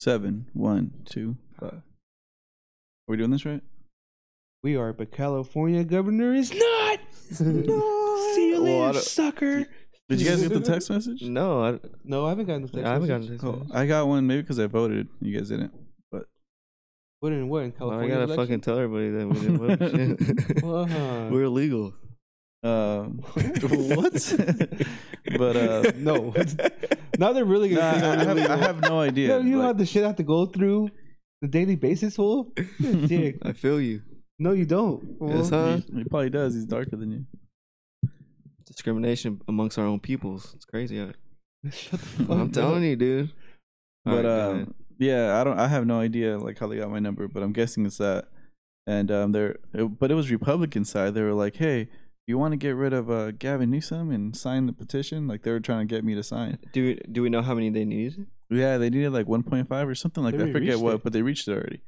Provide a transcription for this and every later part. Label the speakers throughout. Speaker 1: seven, one, two, five. Are we doing this right?
Speaker 2: We are, but California governor is not. See you
Speaker 3: Well, I
Speaker 2: later,
Speaker 3: don't-
Speaker 2: sucker.
Speaker 1: Did you guys get the text message?
Speaker 3: No, I,
Speaker 2: No, I haven't gotten the text.
Speaker 3: I haven't
Speaker 2: message.
Speaker 3: gotten this.
Speaker 1: Oh,
Speaker 3: one.
Speaker 1: I got one maybe because I voted. You guys didn't.
Speaker 2: What in what in
Speaker 1: Oh,
Speaker 3: Well,
Speaker 2: California?
Speaker 3: I gotta fucking tell everybody that we didn't vote. Shit.
Speaker 2: uh,
Speaker 3: We're illegal.
Speaker 1: Um, what? but uh,
Speaker 2: no. now they're really
Speaker 1: nah,
Speaker 2: gonna.
Speaker 1: I, have,
Speaker 2: think I'm
Speaker 1: I
Speaker 2: illegal.
Speaker 1: have no idea.
Speaker 2: No, you know
Speaker 1: like-
Speaker 2: how the shit I have to go through the daily basis, fool. Dick.
Speaker 3: I feel you.
Speaker 2: No, you don't. fool.
Speaker 3: Yes, huh?
Speaker 1: He, he probably does. He's darker than you.
Speaker 3: Discrimination amongst our own peoples. It's crazy. out here.
Speaker 2: Shut the fuck
Speaker 3: I'm
Speaker 2: up.
Speaker 3: telling you, dude.
Speaker 1: Oh, But
Speaker 3: Alright, go
Speaker 1: um,
Speaker 3: ahead.
Speaker 1: yeah, I don't. I have no idea like how they got my number, but I'm guessing it's that. And um, they're it- but it was Republican side. They were like, "Hey, you want to get rid of uh, Gavin Newsom and sign the petition?" Like they were trying to get me to sign.
Speaker 3: do we, do we know how many they need?
Speaker 1: Yeah, they needed like 1.5 or something like
Speaker 2: They
Speaker 1: that. I
Speaker 2: already
Speaker 1: forget
Speaker 2: reached
Speaker 1: what,
Speaker 2: it.
Speaker 1: but they reached it already.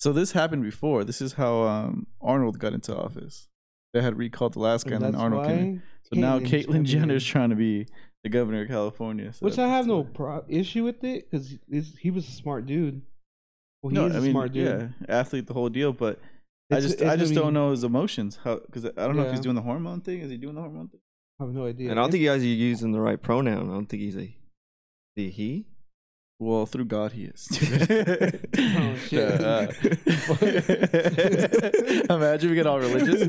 Speaker 1: So this happened before. This is how um, Arnold got into office. They had recalled the last guy, and then
Speaker 2: That's
Speaker 1: Arnold came. in.
Speaker 2: why
Speaker 1: So now
Speaker 2: Caitlyn's
Speaker 1: Caitlyn
Speaker 2: coming
Speaker 1: Jenner is
Speaker 2: in.
Speaker 1: trying to be the governor of California. So
Speaker 2: Which I have
Speaker 1: that's
Speaker 2: no
Speaker 1: why.
Speaker 2: pro- issue with it because he was a smart dude. Well, he
Speaker 1: no,
Speaker 2: is a
Speaker 1: I mean,
Speaker 2: smart dude.
Speaker 1: yeah, athlete, the whole deal. But I
Speaker 2: It's-
Speaker 1: just,
Speaker 2: it's
Speaker 1: I just
Speaker 2: gonna
Speaker 1: don't
Speaker 2: be-
Speaker 1: know his emotions. How? Because I don't know if he's
Speaker 2: Yeah.
Speaker 1: doing the hormone thing. Is he doing the hormone thing?
Speaker 2: I have no idea.
Speaker 3: And I don't
Speaker 2: It-
Speaker 3: think you guys are using the right pronoun. I don't think he's a the he.
Speaker 1: Well, through God, he is.
Speaker 2: Oh, shit.
Speaker 1: Uh, uh, imagine we get all religious.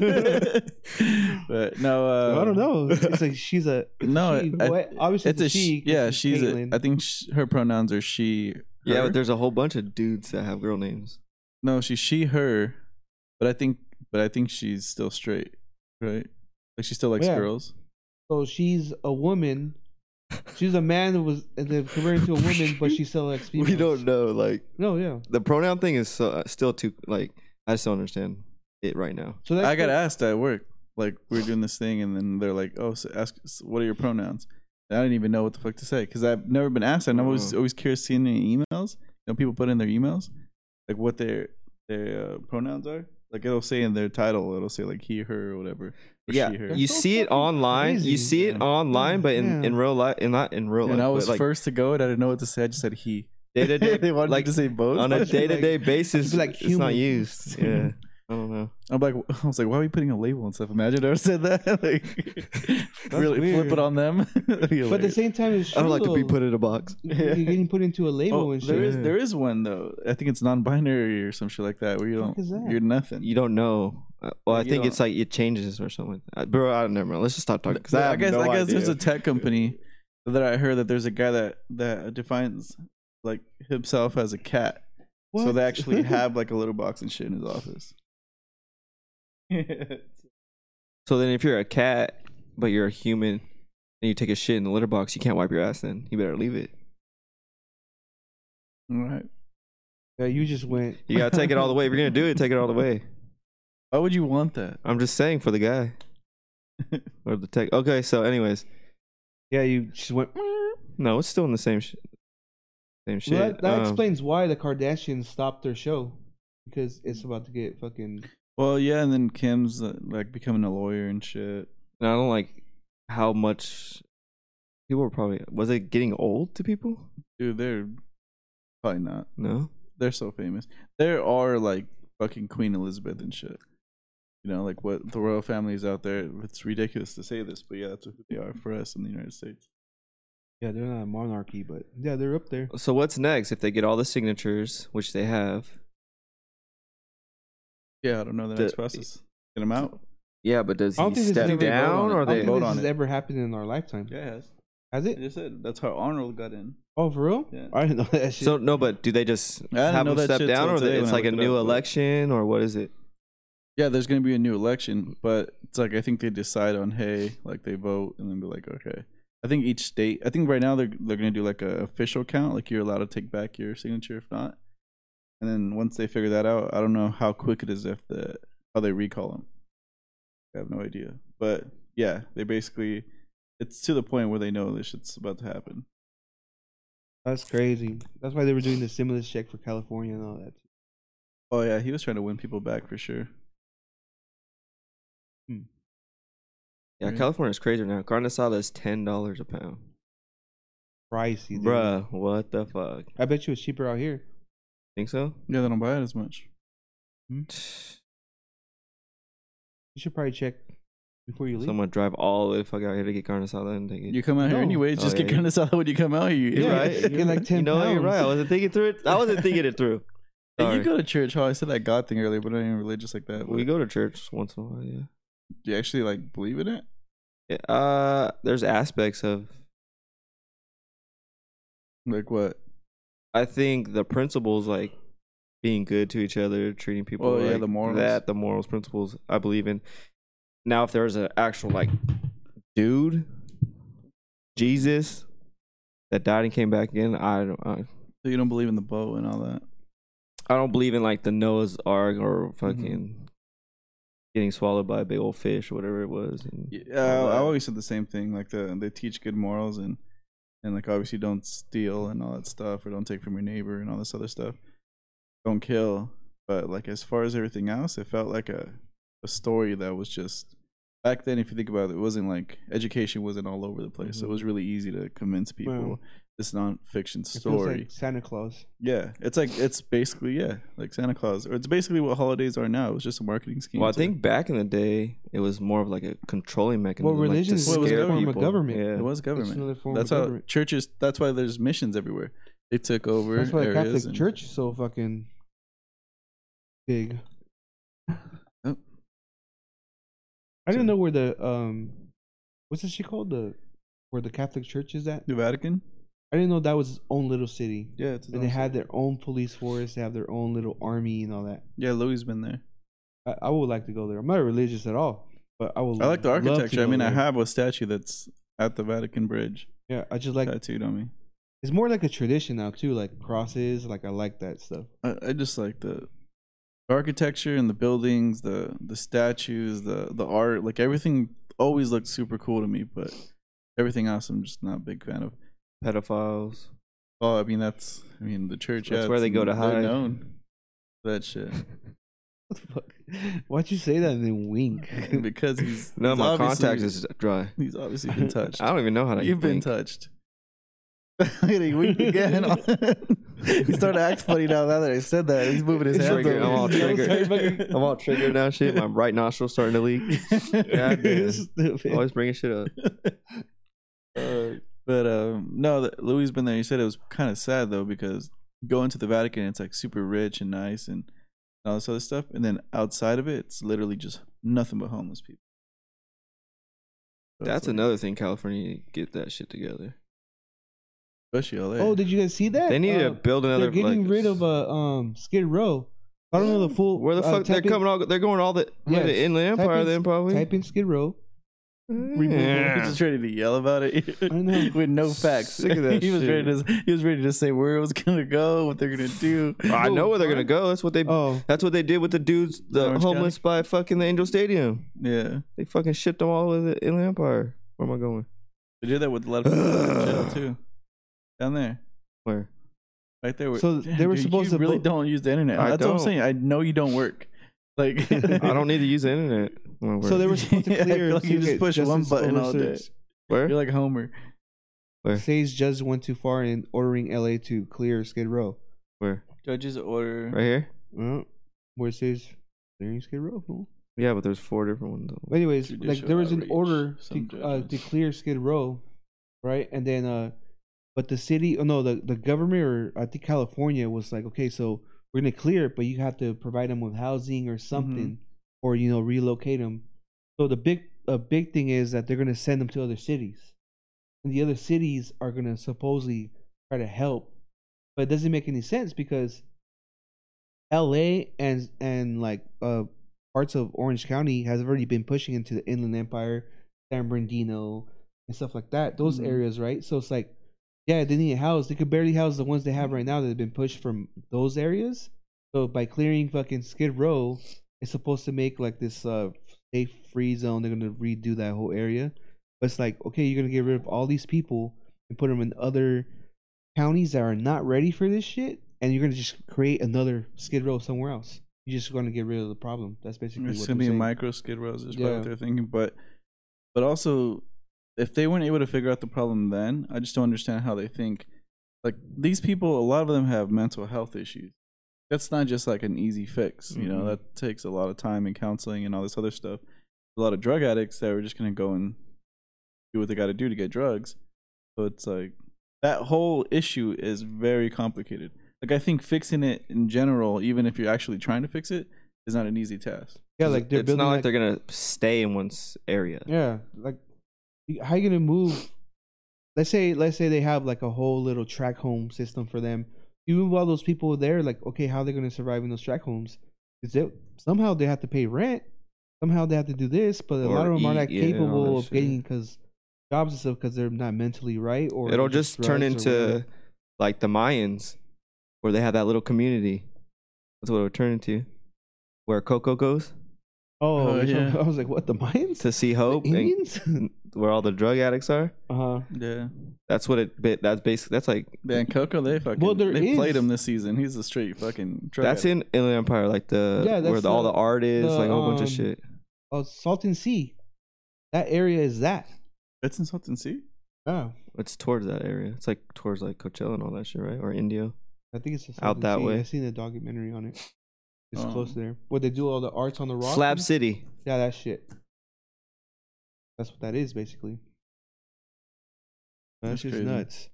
Speaker 1: but no, uh,
Speaker 2: I don't know. It's like she's a
Speaker 1: No,
Speaker 2: she,
Speaker 1: I-
Speaker 2: what? obviously
Speaker 1: It's a she.
Speaker 2: 'cause
Speaker 1: Yeah, she's. A,
Speaker 2: Caitlyn.
Speaker 1: I think sh her pronouns are she.
Speaker 3: Yeah,
Speaker 1: her.
Speaker 3: but there's a whole bunch of dudes that have girl names.
Speaker 1: no, she's she her. But I think, but I think she's still straight, right? Like she still likes
Speaker 2: Yeah.
Speaker 1: girls.
Speaker 2: so she's a woman. She's a man who was and then converted to a woman, but she still likes females.
Speaker 3: We don't know. Like
Speaker 2: No, yeah.
Speaker 3: the pronoun thing is so, uh, still too like I just don't understand it right now.
Speaker 2: So that's
Speaker 1: I got
Speaker 2: what-
Speaker 1: asked at work, like we were doing this thing, and then they're like, "Oh, so ask us, what are your pronouns?" And I didn't even know what the fuck to say because I've never been asked, and I was
Speaker 3: Oh.
Speaker 1: always curious seeing any emails. You know, people put in their emails, like what their their uh, pronouns are. Like it'll say in their title, it'll say like he, her, or whatever. Or
Speaker 3: yeah,
Speaker 1: she, her.
Speaker 3: you
Speaker 2: That's so
Speaker 3: see it
Speaker 2: fucking
Speaker 3: online.
Speaker 2: crazy.
Speaker 3: You see it
Speaker 1: Yeah.
Speaker 3: online, but in,
Speaker 2: Yeah.
Speaker 3: in real life, in not in real
Speaker 1: and
Speaker 3: life,
Speaker 1: I was
Speaker 3: but, like
Speaker 1: first to go, and I didn't know what to say. I just said he.
Speaker 3: day to day,
Speaker 1: they wanted
Speaker 3: like
Speaker 1: me to say both.
Speaker 3: on a
Speaker 1: but-
Speaker 3: day to day basis,
Speaker 2: be like
Speaker 3: like it's not
Speaker 2: human.
Speaker 3: used. Yeah, I don't know.
Speaker 1: I'm like, I was like, why are we putting a label and stuff? Imagine I said that. like, really flip
Speaker 2: weird.
Speaker 1: it on them.
Speaker 2: But at the same time, it's true,
Speaker 3: I don't like to be
Speaker 2: though.
Speaker 3: put in a box.
Speaker 2: You're getting put into a label
Speaker 1: Oh,
Speaker 2: and shit.
Speaker 1: there is
Speaker 3: shit.
Speaker 1: there is one though. I think it's non-binary or some shit like that where you
Speaker 2: The fuck
Speaker 1: don't
Speaker 2: is that?
Speaker 1: you're nothing.
Speaker 3: You don't know. Uh, Well, I
Speaker 1: You
Speaker 3: think
Speaker 1: don't-
Speaker 3: it's like it changes or something. Uh, Bro, I don't never mind. Let's just stop talking. Cause
Speaker 1: But
Speaker 3: I,
Speaker 1: I,
Speaker 3: have
Speaker 1: guess
Speaker 3: no
Speaker 1: I guess
Speaker 3: idea.
Speaker 1: there's a tech company that I heard that there's a guy that that defines like himself as a cat. So
Speaker 2: What?
Speaker 1: they actually have like a little box and shit in his office.
Speaker 3: So then, if you're a cat but you're a human and you take a shit in the litter box, you can't wipe your ass. Then you better leave it.
Speaker 1: All right.
Speaker 2: Yeah, you just went.
Speaker 3: You gotta take it all the way. If you're gonna do it, take it all the way.
Speaker 1: Why would you want that?
Speaker 3: I'm just saying for the guy or the tech. Okay, so anyways,
Speaker 2: Yeah, you just went.
Speaker 3: no, it's still in the same shit. Same shit.
Speaker 2: Well, that that
Speaker 3: Um,
Speaker 2: explains why the Kardashians stopped their show because it's about to get fucking.
Speaker 1: Well, yeah, and then Kim's uh, like becoming a lawyer and shit.
Speaker 3: And I don't like how much people were probably. Was it getting old to people?
Speaker 1: Dude, they're probably not.
Speaker 3: No.
Speaker 1: They're so famous. There are like fucking Queen Elizabeth and shit. You know, like what the royal family is out there. It's ridiculous to say this, but yeah, that's what they are for us in the United States.
Speaker 2: Yeah, they're not a monarchy, but yeah, they're up there.
Speaker 3: So what's next if they get all the signatures, which they have?
Speaker 1: Yeah, I don't know the,
Speaker 3: The-
Speaker 1: next process. Get them out.
Speaker 3: Yeah, but does
Speaker 2: I don't
Speaker 3: he
Speaker 2: think this is
Speaker 3: step
Speaker 2: everybody
Speaker 3: down
Speaker 1: vote on it.
Speaker 3: or
Speaker 2: I don't
Speaker 3: they?
Speaker 2: think
Speaker 1: vote
Speaker 2: this
Speaker 1: on
Speaker 2: has
Speaker 1: it.
Speaker 2: ever happened in our lifetime.
Speaker 1: Yeah,
Speaker 2: Has
Speaker 1: I
Speaker 2: it?
Speaker 1: just said that's how Arnold got in.
Speaker 2: Oh, for real?
Speaker 1: Yeah.
Speaker 2: I didn't know that shit.
Speaker 3: So no, but do they
Speaker 1: I
Speaker 3: just
Speaker 1: didn't
Speaker 3: have
Speaker 1: know
Speaker 3: them
Speaker 1: that
Speaker 3: step
Speaker 1: shit
Speaker 3: down,
Speaker 1: till
Speaker 3: or
Speaker 1: today
Speaker 3: they-
Speaker 1: when
Speaker 3: it's
Speaker 1: I
Speaker 3: like a
Speaker 1: looked it
Speaker 3: new
Speaker 1: up, but-
Speaker 3: election, or what is it?
Speaker 1: Yeah, there's gonna be a new
Speaker 3: Mm-hmm.
Speaker 1: election, but it's like I think they decide on hey, like they vote and then be like, okay. I think each state. I think right now they're they're gonna do like a official count, like you're allowed to take back your signature if not. And then once they figure that out, I don't know how quick it is if the how they recall them. I have no idea, but yeah, they basically it's to the point where they know this shit's about to happen.
Speaker 2: That's crazy. That's why they were doing the stimulus check for California and all that.
Speaker 1: Oh yeah, he was trying to win people back for sure.
Speaker 3: Yeah,
Speaker 1: Right.
Speaker 3: California's crazy now. Carne asada is ten dollars a pound.
Speaker 2: Pricey, dude.
Speaker 3: Bruh, what the fuck?
Speaker 2: I bet you it's cheaper out here.
Speaker 3: Think so?
Speaker 1: Yeah, they don't buy it as much.
Speaker 2: You should probably check before you leave.
Speaker 3: Someone drive all the fuck out here to get carne asada and take it.
Speaker 1: You come out here
Speaker 2: No.
Speaker 1: anyways.
Speaker 3: Oh,
Speaker 1: Just
Speaker 3: yeah,
Speaker 1: get
Speaker 3: yeah.
Speaker 1: kind of solid when you come out here. you
Speaker 3: You're
Speaker 1: idiot.
Speaker 3: right.
Speaker 2: you get like ten
Speaker 3: You know,
Speaker 2: pounds.
Speaker 3: you're right. I wasn't thinking through it. I wasn't thinking it through.
Speaker 1: Hey,
Speaker 3: Sorry.
Speaker 1: you go to church. How I said that God thing earlier, but I ain't religious like that.
Speaker 3: we
Speaker 1: but
Speaker 3: go to church once in a while. Yeah.
Speaker 1: Do you actually like believe in it?
Speaker 3: Yeah, Uh, there's aspects of.
Speaker 1: Like what?
Speaker 3: I think the principles like being good to each other, treating people.
Speaker 1: Oh, yeah,
Speaker 3: like
Speaker 1: the morals.
Speaker 3: That the morals principles I believe in. Now, if there's an actual like dude, Jesus, that died and came back again, I don't. I,
Speaker 1: So you don't believe in the boat and all that?
Speaker 3: I don't believe in like the Noah's Ark or fucking getting swallowed by a big old fish or whatever it was. And
Speaker 1: Yeah,
Speaker 3: all
Speaker 1: I, I
Speaker 3: that.
Speaker 1: always said the same thing. Like the they teach good morals and and like obviously don't steal and all that stuff, or don't take from your neighbor and all this other stuff. Don't kill. But like as far as everything else, it felt like a a story that was just back then. If you think about it, it wasn't like education wasn't all over the place. So it
Speaker 3: Mhm.
Speaker 1: was really easy to convince people
Speaker 2: Wow.
Speaker 1: this nonfiction
Speaker 2: It feels
Speaker 1: story.
Speaker 2: like Santa Claus.
Speaker 1: yeah, it's like it's basically yeah, like Santa Claus, or it's basically what holidays are now. It was just a marketing scheme.
Speaker 3: Well, I
Speaker 1: to-
Speaker 3: think back in the day, it was more of like a controlling mechanism.
Speaker 2: Well, religion is
Speaker 1: Well, it was
Speaker 2: a
Speaker 1: scare
Speaker 2: form of
Speaker 1: people.
Speaker 2: government.
Speaker 3: Yeah.
Speaker 1: it was
Speaker 2: It's
Speaker 1: government.
Speaker 2: another form
Speaker 1: That's
Speaker 2: of
Speaker 1: how
Speaker 2: government.
Speaker 1: churches. That's why there's missions everywhere. They took over
Speaker 2: That's why the
Speaker 1: areas.
Speaker 2: Catholic
Speaker 1: and-
Speaker 2: Church is so fucking big.
Speaker 1: Oh.
Speaker 2: I didn't know where the um, what's this shit called the where the Catholic Church is at.
Speaker 1: the Vatican.
Speaker 2: I didn't know that was its own little city,
Speaker 1: Yeah, it's
Speaker 2: and they had their own police force. They have their own little army and all that.
Speaker 1: yeah. Louis been there.
Speaker 2: I, I would like to go there. I'm not religious at all, but I would.
Speaker 1: I like the
Speaker 2: love to
Speaker 1: architecture. I
Speaker 2: go
Speaker 1: mean, I
Speaker 2: there.
Speaker 1: have a statue that's at the Vatican Bridge
Speaker 2: Yeah, I just like
Speaker 1: tattooed on me.
Speaker 2: it's more like a tradition now too, like crosses. Like I like that stuff.
Speaker 1: I, I just like the architecture and the buildings, the the statues, the the art. Like everything always looked super cool to me, but everything else I'm just not a big fan of.
Speaker 3: pedophiles.
Speaker 1: Oh, I mean that's I mean the church.
Speaker 3: That's
Speaker 1: yeah,
Speaker 3: where
Speaker 1: it's-
Speaker 3: they go to
Speaker 1: they're
Speaker 3: hide.
Speaker 1: Known for that shit.
Speaker 2: What the fuck? Why'd you say that and then wink?
Speaker 1: because he's
Speaker 3: No,
Speaker 1: he's
Speaker 3: my
Speaker 1: obviously-
Speaker 3: contacts is dry.
Speaker 1: He's obviously been touched.
Speaker 3: I don't even know how to.
Speaker 1: You've been
Speaker 3: think.
Speaker 1: touched. he winked again. he started acting funny now. Now that I said that, he's moving his hands.
Speaker 3: Trigger,
Speaker 1: over.
Speaker 3: I'm all
Speaker 1: He's
Speaker 3: triggered.
Speaker 1: outside fucking-
Speaker 3: I'm all triggered now. Shit, my right nostril starting to leak. God damn.
Speaker 2: Stupid.
Speaker 3: Always bringing shit up.
Speaker 1: Uh, but um, no, th- Louis has been there. He said it was kind of sad though because going to the Vatican, it's like super rich and nice and all this other stuff, and then outside of it, it's literally just nothing but homeless people. So
Speaker 3: That's
Speaker 1: it's like-
Speaker 3: another thing. California need to get that shit together.
Speaker 1: especially LA.
Speaker 2: Oh, did you guys see that?
Speaker 3: They need
Speaker 2: Uh,
Speaker 3: to build another.
Speaker 2: They're getting
Speaker 3: like,
Speaker 2: rid of a um Skid Row. I don't know the full.
Speaker 3: Where the
Speaker 2: uh,
Speaker 3: fuck they're
Speaker 2: type in-
Speaker 3: coming? All they're going all the yeah,
Speaker 2: Yeah,
Speaker 3: the Inland
Speaker 2: type
Speaker 3: Empire.
Speaker 2: in-
Speaker 3: then probably.
Speaker 2: Type in Skid Row.
Speaker 1: Removal.
Speaker 3: Yeah.
Speaker 1: He's just ready to yell about it
Speaker 2: I know.
Speaker 1: with no facts.
Speaker 3: Sick of that
Speaker 1: he was
Speaker 3: shit.
Speaker 1: ready to he was ready to say where it was gonna go, what they're gonna do.
Speaker 3: I know where they're gonna go. That's what they.
Speaker 2: Oh,
Speaker 3: That's what they did with the dudes, the
Speaker 1: Orange
Speaker 3: homeless by fucking the Angel Stadium.
Speaker 1: Yeah,
Speaker 3: They fucking shipped them all over the Inland Empire. Where am I going?
Speaker 1: they did that with a lot of people in jail too. Down there,
Speaker 3: Where?
Speaker 1: right there. Where,
Speaker 2: So they
Speaker 1: Damn,
Speaker 2: were
Speaker 1: dude,
Speaker 2: supposed
Speaker 1: you
Speaker 2: to
Speaker 1: really
Speaker 2: bo-
Speaker 1: don't use the internet.
Speaker 3: I
Speaker 1: That's what
Speaker 3: don't.
Speaker 1: I'm saying. I know you don't work. Like
Speaker 3: I don't need to use the internet. Where?
Speaker 2: so they were supposed
Speaker 1: Yeah,
Speaker 2: to
Speaker 1: I feel
Speaker 2: clear.
Speaker 1: like you
Speaker 2: secret
Speaker 1: just push one
Speaker 2: justice
Speaker 1: button all day.
Speaker 2: overseas.
Speaker 3: Where?
Speaker 1: You're like Homer.
Speaker 3: Where?
Speaker 2: Says judge went too far in ordering LA to clear Skid Row.
Speaker 3: Where?
Speaker 1: Judges order.
Speaker 3: Right here?
Speaker 2: Well, where it says clearing Skid Row. fool.
Speaker 3: Yeah, but there's four different ones.
Speaker 2: But anyways, like
Speaker 1: Judicial
Speaker 2: there was an
Speaker 1: outreach,
Speaker 2: order
Speaker 1: some
Speaker 2: to, uh, to
Speaker 1: judges.
Speaker 2: clear Skid Row, right? And then, uh, but the city, oh no, the, the government or I think California was like, okay, so we're gonna clear it, but you have to provide them with housing
Speaker 1: Mm-hmm.
Speaker 2: or something, or you know, relocate them. So the big a big thing is that they're gonna send them to other cities, and the other cities are gonna supposedly try to help, but it doesn't make any sense because L.A. and and like uh parts of Orange County has already been pushing into the Inland Empire, San Bernardino, and stuff like that. Those
Speaker 1: Mhm.
Speaker 2: areas, right? So it's like, yeah, they need a house. They could barely house the ones they have right now that have been pushed from those areas. So by clearing fucking Skid Row, it's supposed to make like this uh safe free zone. They're gonna redo that whole area. But it's like, okay, you're gonna get rid of all these people and put them in other counties that are not ready for this shit, and you're gonna just create another Skid Row somewhere else. You're just gonna get rid of the problem. That's basically
Speaker 1: It's
Speaker 2: what
Speaker 1: gonna
Speaker 2: they're
Speaker 1: be
Speaker 2: saying.
Speaker 1: micro skid rows is probably
Speaker 2: Yeah.
Speaker 1: what they're thinking, but but also if they weren't able to figure out the problem then, I just don't understand how they think. Like these people, a lot of them have mental health issues. that's not just like an easy fix. You know,
Speaker 2: Mm-hmm.
Speaker 3: Mhm.
Speaker 1: that takes a lot of time and counseling and all this other stuff. A lot of drug addicts that are just gonna go and do what they got to do to get drugs. So it's like that whole issue is very complicated. Like I think fixing it in general, even if you're actually trying to fix it, is not an easy task.
Speaker 2: Yeah, like they're
Speaker 3: it's
Speaker 2: building
Speaker 3: not like,
Speaker 2: like,
Speaker 3: they're gonna stay in one s- area.
Speaker 2: yeah, like y- how you gonna move? Let's say let's say they have like a whole little track home system for them. You move all those people there, like okay, how they're gonna survive in those track homes? Is they somehow they have to pay rent? Somehow they have to do this, but a lot
Speaker 3: Or
Speaker 2: of them
Speaker 3: eat,
Speaker 2: are not
Speaker 3: yeah, and all
Speaker 2: capable
Speaker 3: that
Speaker 2: of
Speaker 3: shit.
Speaker 2: getting because jobs and stuff because they're not mentally right or
Speaker 3: It'll
Speaker 2: it's
Speaker 3: just turn
Speaker 2: drugs or whatever.
Speaker 3: into like the Mayans, where they have that little community. That's what it'll turn into. Where Coco goes uh,
Speaker 2: oh,
Speaker 1: Oh,
Speaker 2: yeah.
Speaker 1: yeah.
Speaker 2: I was like, what the Mayans?
Speaker 3: to see
Speaker 2: The
Speaker 3: hope, and
Speaker 2: Indians?
Speaker 3: where all the drug addicts are.
Speaker 2: uh-huh.
Speaker 1: Yeah.
Speaker 3: That's what it. ba- That's basically. That's like.
Speaker 1: Man, Coco, they fucking
Speaker 2: Well, there
Speaker 1: they played
Speaker 2: is-
Speaker 1: him this season. He's a straight fucking. drug
Speaker 3: That's
Speaker 1: addict.
Speaker 3: in Inland Empire, like the
Speaker 2: Yeah,
Speaker 3: where
Speaker 2: that's
Speaker 3: the, all the
Speaker 2: the-
Speaker 3: art is,
Speaker 2: the,
Speaker 3: like a whole bunch of
Speaker 2: um,
Speaker 3: shit.
Speaker 2: Oh, Salt and Sea. That area is that.
Speaker 1: That's in Salton Sea.
Speaker 2: Oh,
Speaker 3: It's towards that area. It's like towards like Coachella and all that shit, right? Or Indio.
Speaker 2: I think it's the
Speaker 3: Out
Speaker 2: Salton
Speaker 3: that
Speaker 2: Sea.
Speaker 3: way.
Speaker 2: I've seen a documentary on it. It's
Speaker 1: Oh.
Speaker 2: close there. Where they do all the arts on the rock.
Speaker 3: Slab
Speaker 2: and-
Speaker 3: City.
Speaker 2: Yeah, that shit. That's what that is basically. That's,
Speaker 1: That's
Speaker 2: just
Speaker 1: crazy.
Speaker 2: nuts.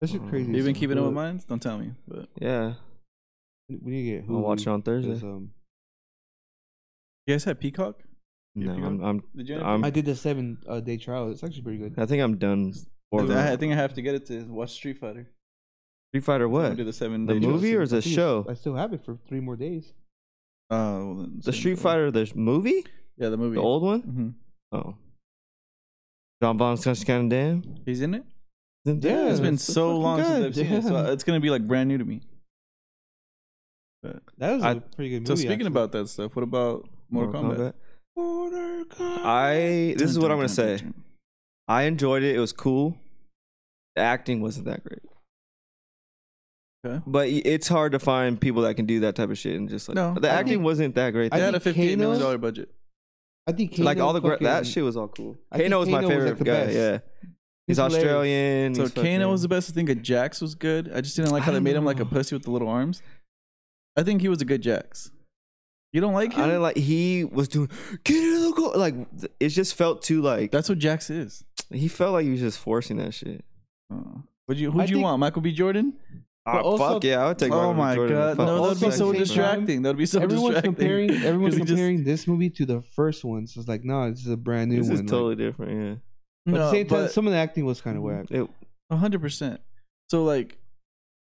Speaker 2: That's just
Speaker 3: Mm.
Speaker 2: crazy.
Speaker 1: You
Speaker 2: as
Speaker 1: been
Speaker 2: fuck.
Speaker 1: keeping up with
Speaker 2: But
Speaker 1: mine? Don't tell me. But
Speaker 3: Yeah,
Speaker 2: We need to get
Speaker 3: I'll watch it on
Speaker 2: Hulu, 'cause,
Speaker 3: Thursday.
Speaker 2: um,
Speaker 1: you guys had Peacock?
Speaker 3: No,
Speaker 1: you
Speaker 3: I'm, I'm.
Speaker 1: Did you? have
Speaker 3: I'm-
Speaker 2: I did the seven uh, day trial. It's actually pretty good.
Speaker 3: I think I'm done. For
Speaker 1: Peacock?
Speaker 3: the,
Speaker 1: I, I think I have to get it to watch Street Fighter.
Speaker 3: Street Fighter.
Speaker 1: So I'm gonna
Speaker 3: What?
Speaker 1: Do the seven
Speaker 3: The
Speaker 1: day
Speaker 3: movie
Speaker 1: trial.
Speaker 3: or is
Speaker 2: I
Speaker 3: it
Speaker 2: think
Speaker 3: show?
Speaker 2: I still have it for three more days.
Speaker 1: Oh, well, then
Speaker 3: The
Speaker 1: same
Speaker 3: Street
Speaker 1: thing.
Speaker 3: Fighter, the movie,
Speaker 1: Yeah, the movie.
Speaker 3: the old one.
Speaker 1: hmm
Speaker 3: Oh, John Von Scandan.
Speaker 1: He's in it.
Speaker 2: Yeah,
Speaker 1: it's been
Speaker 2: it's
Speaker 1: so long since I've seen it, so
Speaker 2: yeah.
Speaker 1: it's gonna be like brand new to me.
Speaker 2: That was a
Speaker 3: I-
Speaker 2: pretty good movie.
Speaker 1: So speaking
Speaker 2: actually.
Speaker 1: about that stuff, what about Mortal, Kombat?
Speaker 2: Mortal Kombat.
Speaker 3: I. This is
Speaker 1: Dun,
Speaker 3: what
Speaker 1: dun,
Speaker 3: I'm gonna
Speaker 1: dun,
Speaker 3: say.
Speaker 1: dun, dun.
Speaker 3: I enjoyed it. It was cool. The acting wasn't that great,
Speaker 1: Okay.
Speaker 3: but y- it's hard to find people that can do that type of shit and just like
Speaker 1: No,
Speaker 3: the
Speaker 1: I
Speaker 3: acting
Speaker 1: think-
Speaker 3: wasn't that great.
Speaker 1: I
Speaker 2: I
Speaker 3: though.
Speaker 1: had a
Speaker 2: think
Speaker 1: fifteen million
Speaker 2: Kano-
Speaker 1: dollar budget.
Speaker 2: I think Kano
Speaker 3: like all the gra- that
Speaker 2: fucking-
Speaker 3: shit was all cool.
Speaker 2: I think
Speaker 3: Kano was my
Speaker 2: Kano was, like,
Speaker 3: favorite
Speaker 2: the
Speaker 3: guy.
Speaker 2: best.
Speaker 3: Yeah, he's,
Speaker 2: He's hilarious.
Speaker 3: Australian.
Speaker 1: So
Speaker 3: he's
Speaker 1: Kano was the
Speaker 3: fucking-
Speaker 1: best. I think a Jax was good. I just didn't like
Speaker 3: I
Speaker 1: how they
Speaker 3: don't
Speaker 1: made him like a
Speaker 3: know.
Speaker 1: pussy with the little arms. I think he was a good Jax. You don't like him?
Speaker 3: I didn't like. He was doing get it the goal. Like th- it just felt too like
Speaker 1: That's what Jax is.
Speaker 3: he felt like he was just forcing that shit.
Speaker 1: Oh. Would you? Who'd
Speaker 2: I
Speaker 1: you
Speaker 2: think-
Speaker 1: want? Michael B. Jordan?
Speaker 3: Ah,
Speaker 2: also-
Speaker 3: fuck yeah, I would take.
Speaker 1: oh
Speaker 3: Michael
Speaker 1: my
Speaker 3: Jordan.
Speaker 1: god!
Speaker 3: Fuck
Speaker 1: No,
Speaker 3: all
Speaker 1: that'd be
Speaker 3: sex
Speaker 1: so
Speaker 3: people.
Speaker 1: distracting. That'd be so
Speaker 2: everyone's
Speaker 1: distracting.
Speaker 2: comparing.
Speaker 1: 'Cause
Speaker 2: Everyone's
Speaker 1: he just-
Speaker 2: comparing this movie to the first one. So it's like, no, this is a brand new
Speaker 3: This
Speaker 2: one.
Speaker 3: is
Speaker 2: like-
Speaker 3: totally different.
Speaker 2: but at the
Speaker 1: No,
Speaker 2: same time,
Speaker 1: but-
Speaker 2: some of the acting was kind of whack.
Speaker 3: Yeah, it,
Speaker 1: A hundred percent. So like,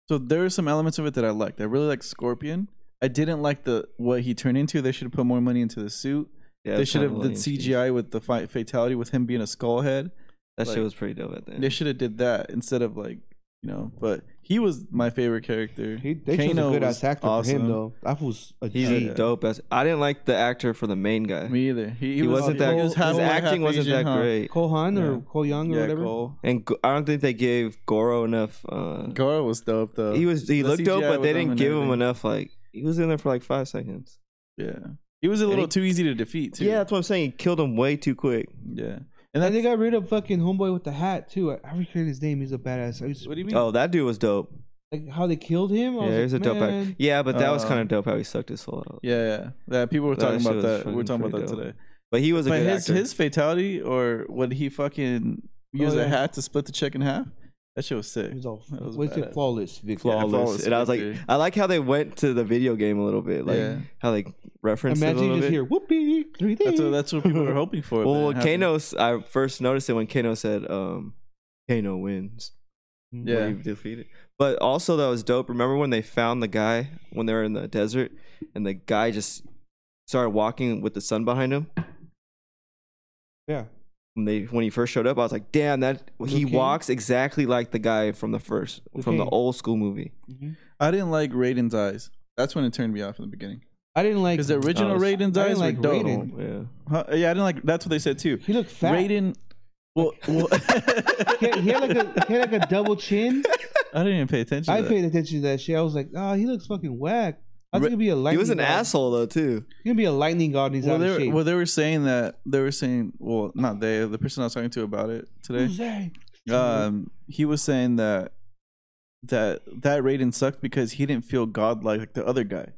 Speaker 1: so there are some elements of it that I liked. I really liked Scorpion. I didn't like the what he turned into. They should have put more money into the suit.
Speaker 3: yeah,
Speaker 1: they
Speaker 3: it's
Speaker 1: should
Speaker 3: kinda
Speaker 1: have did
Speaker 3: lame.
Speaker 1: CGI with the fight fatality with him being a skull head.
Speaker 3: That
Speaker 1: like-
Speaker 3: shit was pretty dope at the
Speaker 1: They
Speaker 3: end.
Speaker 1: should have did that instead of like you know. But he was my favorite character.
Speaker 2: He, they chose
Speaker 1: Kano
Speaker 2: a good ass
Speaker 1: was
Speaker 2: actor for
Speaker 1: awesome.
Speaker 2: him though. That was a
Speaker 3: He's
Speaker 2: G.
Speaker 3: a dope ass. I didn't like the actor for the main guy.
Speaker 1: Oh, Me either. He,
Speaker 3: he wasn't that.
Speaker 1: he was half
Speaker 3: his
Speaker 1: white,
Speaker 3: acting
Speaker 1: half
Speaker 3: wasn't
Speaker 1: Asian,
Speaker 3: that
Speaker 1: huh?
Speaker 3: great.
Speaker 2: Cole Han
Speaker 1: Yeah.
Speaker 2: or Cole Young or
Speaker 1: Yeah,
Speaker 2: whatever.
Speaker 1: Cole.
Speaker 3: And Go- I don't think they gave Goro enough. Uh,
Speaker 1: Goro was dope though.
Speaker 3: he was he
Speaker 1: The
Speaker 3: looked dope,
Speaker 1: CGI
Speaker 3: but
Speaker 1: with
Speaker 3: they
Speaker 1: him
Speaker 3: didn't
Speaker 1: and
Speaker 3: give him
Speaker 1: everything.
Speaker 3: enough. Like he was in there for like five seconds.
Speaker 1: Yeah. He was a little too easy to defeat too.
Speaker 3: Yeah, that's what I'm saying. He killed him way too quick.
Speaker 1: Yeah. And
Speaker 2: And they
Speaker 1: that's,
Speaker 2: got rid of fucking homeboy with the hat too. I, I recreated his name. He's a badass. I was,
Speaker 1: what do you mean?
Speaker 3: Oh, that dude was dope.
Speaker 2: like how they killed him. I
Speaker 3: yeah,
Speaker 2: was
Speaker 3: he's a
Speaker 2: like,
Speaker 3: dope actor.
Speaker 2: man.
Speaker 3: Yeah, but that was
Speaker 1: Uh,
Speaker 3: kind of dope how he sucked his soul out.
Speaker 1: Yeah, yeah. That people were
Speaker 3: That
Speaker 1: talking
Speaker 3: shit
Speaker 1: about
Speaker 3: was
Speaker 1: that. We were
Speaker 3: fucking
Speaker 1: talking about
Speaker 3: pretty
Speaker 1: that
Speaker 3: dope.
Speaker 1: today.
Speaker 3: But he was a
Speaker 1: But
Speaker 3: good
Speaker 1: his
Speaker 3: actor. Oh,
Speaker 1: his fatality or when he fucking used
Speaker 2: yeah.
Speaker 1: a hat to split the chick in half, that shit was sick.
Speaker 2: It was all
Speaker 1: That was
Speaker 2: what's
Speaker 1: badass.
Speaker 2: it? Flawless victory.
Speaker 1: Yeah,
Speaker 3: flawless.
Speaker 1: flawless
Speaker 3: and I was like,
Speaker 1: victory.
Speaker 3: I like how they went to the video game a little bit, like
Speaker 1: Yeah.
Speaker 3: how they referenced it a
Speaker 2: Imagine you just
Speaker 3: little bit.
Speaker 2: hear whoopee three days.
Speaker 1: That's what that's what people were hoping for. but
Speaker 3: well,
Speaker 1: it happened.
Speaker 3: Kano's. I first noticed it when Kano said, um, "Kano wins."
Speaker 2: Hmm.
Speaker 1: Yeah.
Speaker 3: when he defeated. But also that was dope. Remember when they found the guy when they were in the desert, and the guy just started walking with the sun behind him.
Speaker 2: yeah.
Speaker 3: When they when he first showed up, I was like, "Damn, that he
Speaker 2: Liu Kang?
Speaker 3: walks exactly like the guy from the first
Speaker 2: Liu
Speaker 3: from the
Speaker 2: Kang.
Speaker 3: old school movie."
Speaker 2: Mhm.
Speaker 1: I didn't like Raiden's eyes. That's when it turned me off in the beginning.
Speaker 2: I didn't like
Speaker 1: Because the original
Speaker 3: was-
Speaker 1: Raiden's
Speaker 2: I
Speaker 1: eyes
Speaker 2: didn't
Speaker 1: were
Speaker 2: like
Speaker 1: dope.
Speaker 2: Raiden.
Speaker 3: Yeah.
Speaker 1: Huh? Yeah, I didn't like. That's what they said too.
Speaker 2: He looked fat.
Speaker 1: Raiden. Well, well
Speaker 2: He had, he had like a he had like a double chin.
Speaker 1: I didn't even pay attention.
Speaker 2: I
Speaker 1: to that.
Speaker 2: paid attention to that shit. I was like, oh, he looks fucking whack. I
Speaker 1: Ra-
Speaker 2: was gonna be a lightning.
Speaker 3: He was an
Speaker 2: god.
Speaker 3: asshole though too.
Speaker 2: He's gonna be a lightning god. And he's
Speaker 1: well,
Speaker 2: out
Speaker 1: they
Speaker 2: of
Speaker 1: were,
Speaker 2: shape.
Speaker 1: well, they were saying that they were saying, well, not they, the person I was talking to about it today.
Speaker 2: Who's that?
Speaker 1: Um, he was saying that that that Raiden sucked because he didn't feel godlike like the other guy.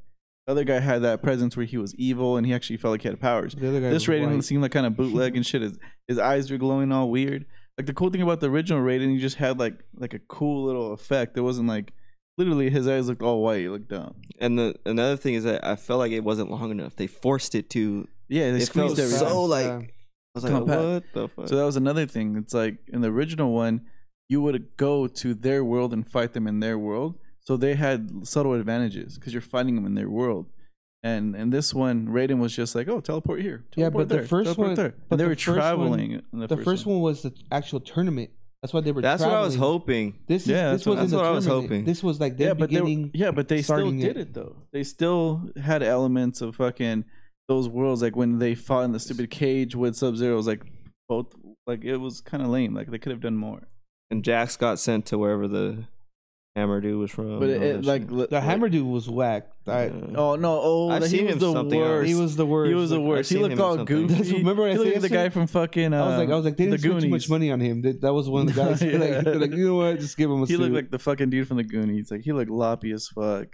Speaker 1: The other guy had that presence where he was evil and he actually felt like he had powers.
Speaker 2: The other guy
Speaker 1: This
Speaker 2: was
Speaker 1: Raiden
Speaker 2: white.
Speaker 1: seemed like kind of bootleg and shit. His, his eyes were glowing all weird. Like the cool thing about the original Raiden, he just had like like a cool little effect. It wasn't like literally his eyes looked all white, looked dumb.
Speaker 3: And the another thing is that I felt like it wasn't long enough. They forced it to.
Speaker 1: Yeah, they
Speaker 3: It felt
Speaker 1: squeezed everything.
Speaker 3: so like.
Speaker 2: Yeah.
Speaker 3: I was like,
Speaker 1: Compact.
Speaker 3: what the fuck?
Speaker 1: So that was another thing. It's like in the original one, you would go to their world and fight them in their world. So they had subtle advantages because you're fighting them in their world. And in this one, Raiden was just like, "Oh, teleport here, teleport
Speaker 2: Yeah, but the
Speaker 1: there,
Speaker 2: first
Speaker 1: teleport
Speaker 2: one-
Speaker 1: there."
Speaker 2: but
Speaker 1: And they
Speaker 2: the
Speaker 1: were
Speaker 2: first one-
Speaker 1: traveling. in the,
Speaker 2: The
Speaker 1: first,
Speaker 2: first one was the actual tournament. That's why they were.
Speaker 3: That's what I was
Speaker 2: traveling.
Speaker 3: hoping.
Speaker 2: This is,
Speaker 1: Yeah,
Speaker 2: this
Speaker 1: that's what-
Speaker 2: wasn't
Speaker 3: that's
Speaker 2: the
Speaker 3: what I was
Speaker 2: tournament.
Speaker 3: hoping.
Speaker 2: This was like their
Speaker 1: yeah, but they
Speaker 2: beginning.
Speaker 1: yeah, but they still
Speaker 2: starting
Speaker 1: did it.
Speaker 2: it.
Speaker 1: though. They still had elements of fucking those worlds, like when they fought in the stupid cage with Sub Zero. Was like both, like it was kind of lame. Like they could have done more.
Speaker 3: And Jax got sent to wherever the hammer dude was
Speaker 2: Oh,
Speaker 3: from.
Speaker 1: but it,
Speaker 3: and all
Speaker 1: it
Speaker 3: that
Speaker 1: like
Speaker 3: shit.
Speaker 1: li-
Speaker 2: the hammer dude was whack. I,
Speaker 3: Yeah.
Speaker 1: Oh no! Oh,
Speaker 3: I've
Speaker 1: he
Speaker 3: seen
Speaker 1: was
Speaker 3: him
Speaker 1: the
Speaker 3: something
Speaker 1: worst.
Speaker 3: else.
Speaker 2: he was the worst.
Speaker 1: He was the
Speaker 2: Like,
Speaker 1: worst.
Speaker 3: I've
Speaker 1: He
Speaker 3: seen
Speaker 1: looked
Speaker 3: him in
Speaker 1: all
Speaker 3: something.
Speaker 1: goofy.
Speaker 2: That's- remember what I
Speaker 1: he looked
Speaker 2: said
Speaker 1: like the guy
Speaker 2: yesterday?
Speaker 1: from fucking.
Speaker 2: I was like, I was like, they
Speaker 1: the
Speaker 2: didn't spend too
Speaker 1: Goonies.
Speaker 2: much money on him. That, that was one of the guys.
Speaker 1: Yeah.
Speaker 2: like, they're like, you know what? Just give him a
Speaker 1: he
Speaker 2: suit.
Speaker 1: looked like the fucking dude from the Goonies. Like he looked loppy as fuck.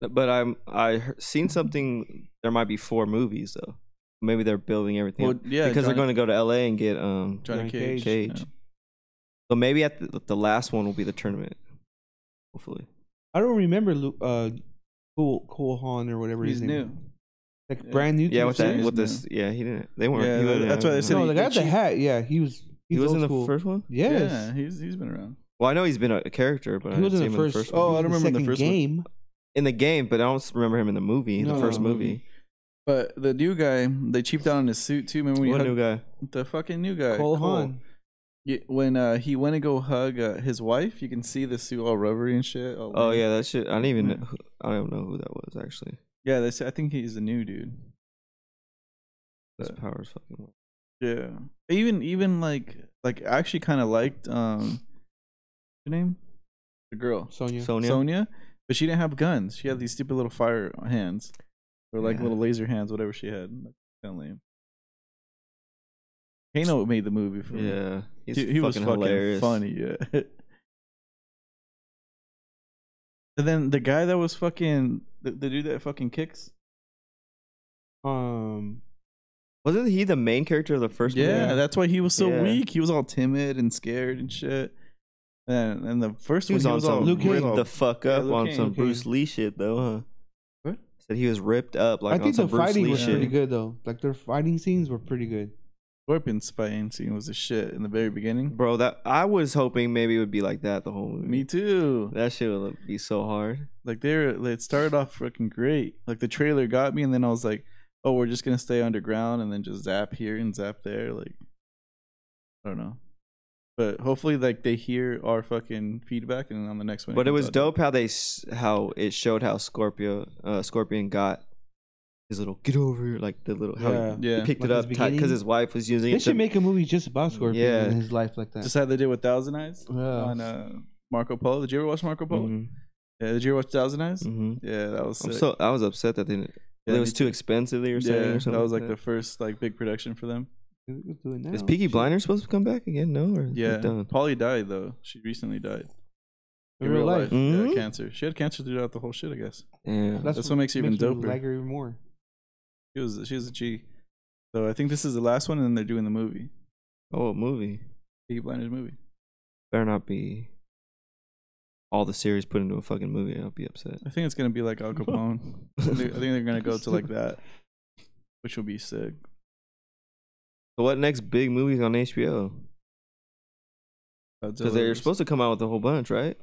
Speaker 3: But I'm I he- seen something. There might be four movies though. Maybe they're building everything
Speaker 1: Well,
Speaker 3: up
Speaker 1: yeah,
Speaker 3: because
Speaker 1: Johnny,
Speaker 3: they're going to go to L.A. and get um.
Speaker 1: Johnny
Speaker 2: Johnny
Speaker 1: Cage.
Speaker 3: Cage.
Speaker 1: yeah.
Speaker 3: So maybe at the, the last one will be the tournament. Hopefully,
Speaker 2: I don't remember Lu- uh, Cole Cole Haan or whatever
Speaker 1: He's
Speaker 2: his name.
Speaker 1: new.
Speaker 2: Like
Speaker 1: Yeah.
Speaker 2: brand new. to
Speaker 3: yeah.
Speaker 2: the
Speaker 3: With that,
Speaker 2: series?
Speaker 3: with this, yeah, he didn't. They weren't.
Speaker 1: Yeah,
Speaker 3: he wasn't-
Speaker 1: that's why they said
Speaker 2: No,
Speaker 1: he-
Speaker 2: the guy with the
Speaker 1: cheap.
Speaker 2: hat. Yeah, he was.
Speaker 3: he
Speaker 2: he's
Speaker 3: was in
Speaker 2: old
Speaker 3: the
Speaker 2: school.
Speaker 3: first one.
Speaker 2: Yes.
Speaker 1: Yeah, he's he's been around.
Speaker 3: Well, I know he's been a a character, but I
Speaker 2: He was
Speaker 3: didn't
Speaker 2: in
Speaker 3: see
Speaker 2: the
Speaker 3: him
Speaker 2: first.
Speaker 3: in the first
Speaker 1: Oh,
Speaker 3: one.
Speaker 1: I don't
Speaker 2: he was
Speaker 1: remember the
Speaker 2: second
Speaker 1: first one.
Speaker 2: game.
Speaker 3: in the game, but I don't remember him in the movie. in
Speaker 2: No,
Speaker 3: the first
Speaker 2: no, no.
Speaker 3: movie,
Speaker 1: But the new guy, they cheaped out on his suit too. Remember when he
Speaker 3: what new
Speaker 1: hugged
Speaker 3: guy?
Speaker 1: the fucking new guy?
Speaker 2: Cole
Speaker 1: Cole.
Speaker 2: Haan.
Speaker 1: Yeah, when uh, he went to go hug uh, his wife, you can see the suit all rubbery and shit. all
Speaker 3: Oh
Speaker 1: lame.
Speaker 3: yeah, that shit. I didn't even.
Speaker 1: Yeah.
Speaker 3: Know, who- I don't know who that was actually.
Speaker 1: yeah. They say, I think he's the new dude.
Speaker 3: His
Speaker 1: Uh,
Speaker 3: powers fucking.
Speaker 1: Yeah. Even even like like I actually kind of liked um her name the girl
Speaker 2: Sonya.
Speaker 3: Sonya.
Speaker 1: Sonia, but she didn't have guns. She had these stupid little fire hands or like
Speaker 3: Yeah.
Speaker 1: little laser hands, whatever she had. Like, kind of lame. Kano made the movie for me.
Speaker 3: Yeah, he's
Speaker 1: he, he was fucking
Speaker 3: hilarious.
Speaker 1: funny. Yeah. and then the guy that was fucking the, the dude that fucking kicks.
Speaker 2: um.
Speaker 3: Wasn't he the main character of the first movie?
Speaker 1: Yeah, that's why he was so
Speaker 3: Yeah.
Speaker 1: weak. He was all timid and scared and shit. And and the first
Speaker 3: He
Speaker 1: one
Speaker 3: was
Speaker 1: he
Speaker 3: on
Speaker 1: was all
Speaker 3: some
Speaker 2: Luke Cage.
Speaker 1: ripped
Speaker 3: ripped the fuck
Speaker 1: Yeah,
Speaker 3: up
Speaker 1: Luke
Speaker 3: on
Speaker 1: Cage.
Speaker 3: some
Speaker 2: Luke
Speaker 3: Bruce
Speaker 2: Cage.
Speaker 3: Lee shit though, huh?
Speaker 1: What?
Speaker 3: Said he was ripped up
Speaker 2: I
Speaker 3: like on
Speaker 2: think the
Speaker 3: some Bruce
Speaker 2: fighting
Speaker 3: Lee
Speaker 2: was
Speaker 1: shit.
Speaker 2: pretty good though. Like their fighting scenes were pretty good.
Speaker 1: Scorpion spying scene was a shit in the very beginning.
Speaker 3: Bro, that I was hoping maybe it would be like that the whole movie.
Speaker 1: Me too.
Speaker 3: That shit would be so hard.
Speaker 1: Like they were, it started off fucking great. Like the trailer got me, and then I was like, "Oh, we're just gonna stay underground and then just zap here and zap there." Like, I don't know, but hopefully, like they hear our fucking feedback, and then on the next one.
Speaker 3: But it
Speaker 1: comes
Speaker 3: was
Speaker 1: out.
Speaker 3: dope how they s- how it showed how Scorpio uh, Scorpion got his little get over here like the little how he-
Speaker 2: Yeah.
Speaker 3: he,
Speaker 1: Yeah.
Speaker 3: picked
Speaker 2: Like
Speaker 3: it
Speaker 2: his
Speaker 3: up because
Speaker 2: beginning.
Speaker 3: his wife was using
Speaker 2: They
Speaker 3: it. to-
Speaker 2: should make a movie just about Scorpion
Speaker 3: Yeah.
Speaker 2: and his life like that.
Speaker 1: Just how they did with Thousand Eyes
Speaker 2: Yeah.
Speaker 3: Oh.
Speaker 1: on uh, Marco Polo. Did you ever watch Marco Polo?
Speaker 3: Mhm,
Speaker 1: Yeah, did you ever watch Thousand Eyes?
Speaker 3: mhm.
Speaker 1: Yeah, that was
Speaker 3: I'm
Speaker 1: sick.
Speaker 3: so I was upset that they didn't,
Speaker 1: Yeah,
Speaker 3: it
Speaker 1: me
Speaker 3: was too expensive. They were saying
Speaker 1: yeah,
Speaker 3: or something
Speaker 1: that was like the first like big production for them.
Speaker 2: Let's do it now.
Speaker 3: Is Peaky
Speaker 2: Shit.
Speaker 3: Blinders supposed to come back again? No, or is it
Speaker 1: Yeah,
Speaker 3: done?
Speaker 1: Polly died though. She recently died
Speaker 2: in real life?
Speaker 1: Yeah,
Speaker 3: Mhm.
Speaker 1: cancer. She had cancer throughout the whole shit. I guess
Speaker 3: Yeah.
Speaker 1: that's, what makes it even
Speaker 2: me
Speaker 1: doper.
Speaker 2: Like her even more.
Speaker 1: she was she was a G. So I think this is the last one, and then they're doing the movie,
Speaker 3: Oh, a movie.
Speaker 1: Peaky Blinders movie.
Speaker 3: Better not be all the series put into a fucking movie. I'll be upset.
Speaker 1: I think it's gonna be like Al Capone. I think I think they're gonna go to like that, which will be sick.
Speaker 3: So what next big movies on HBO? Because they're supposed to come out with a whole bunch, right?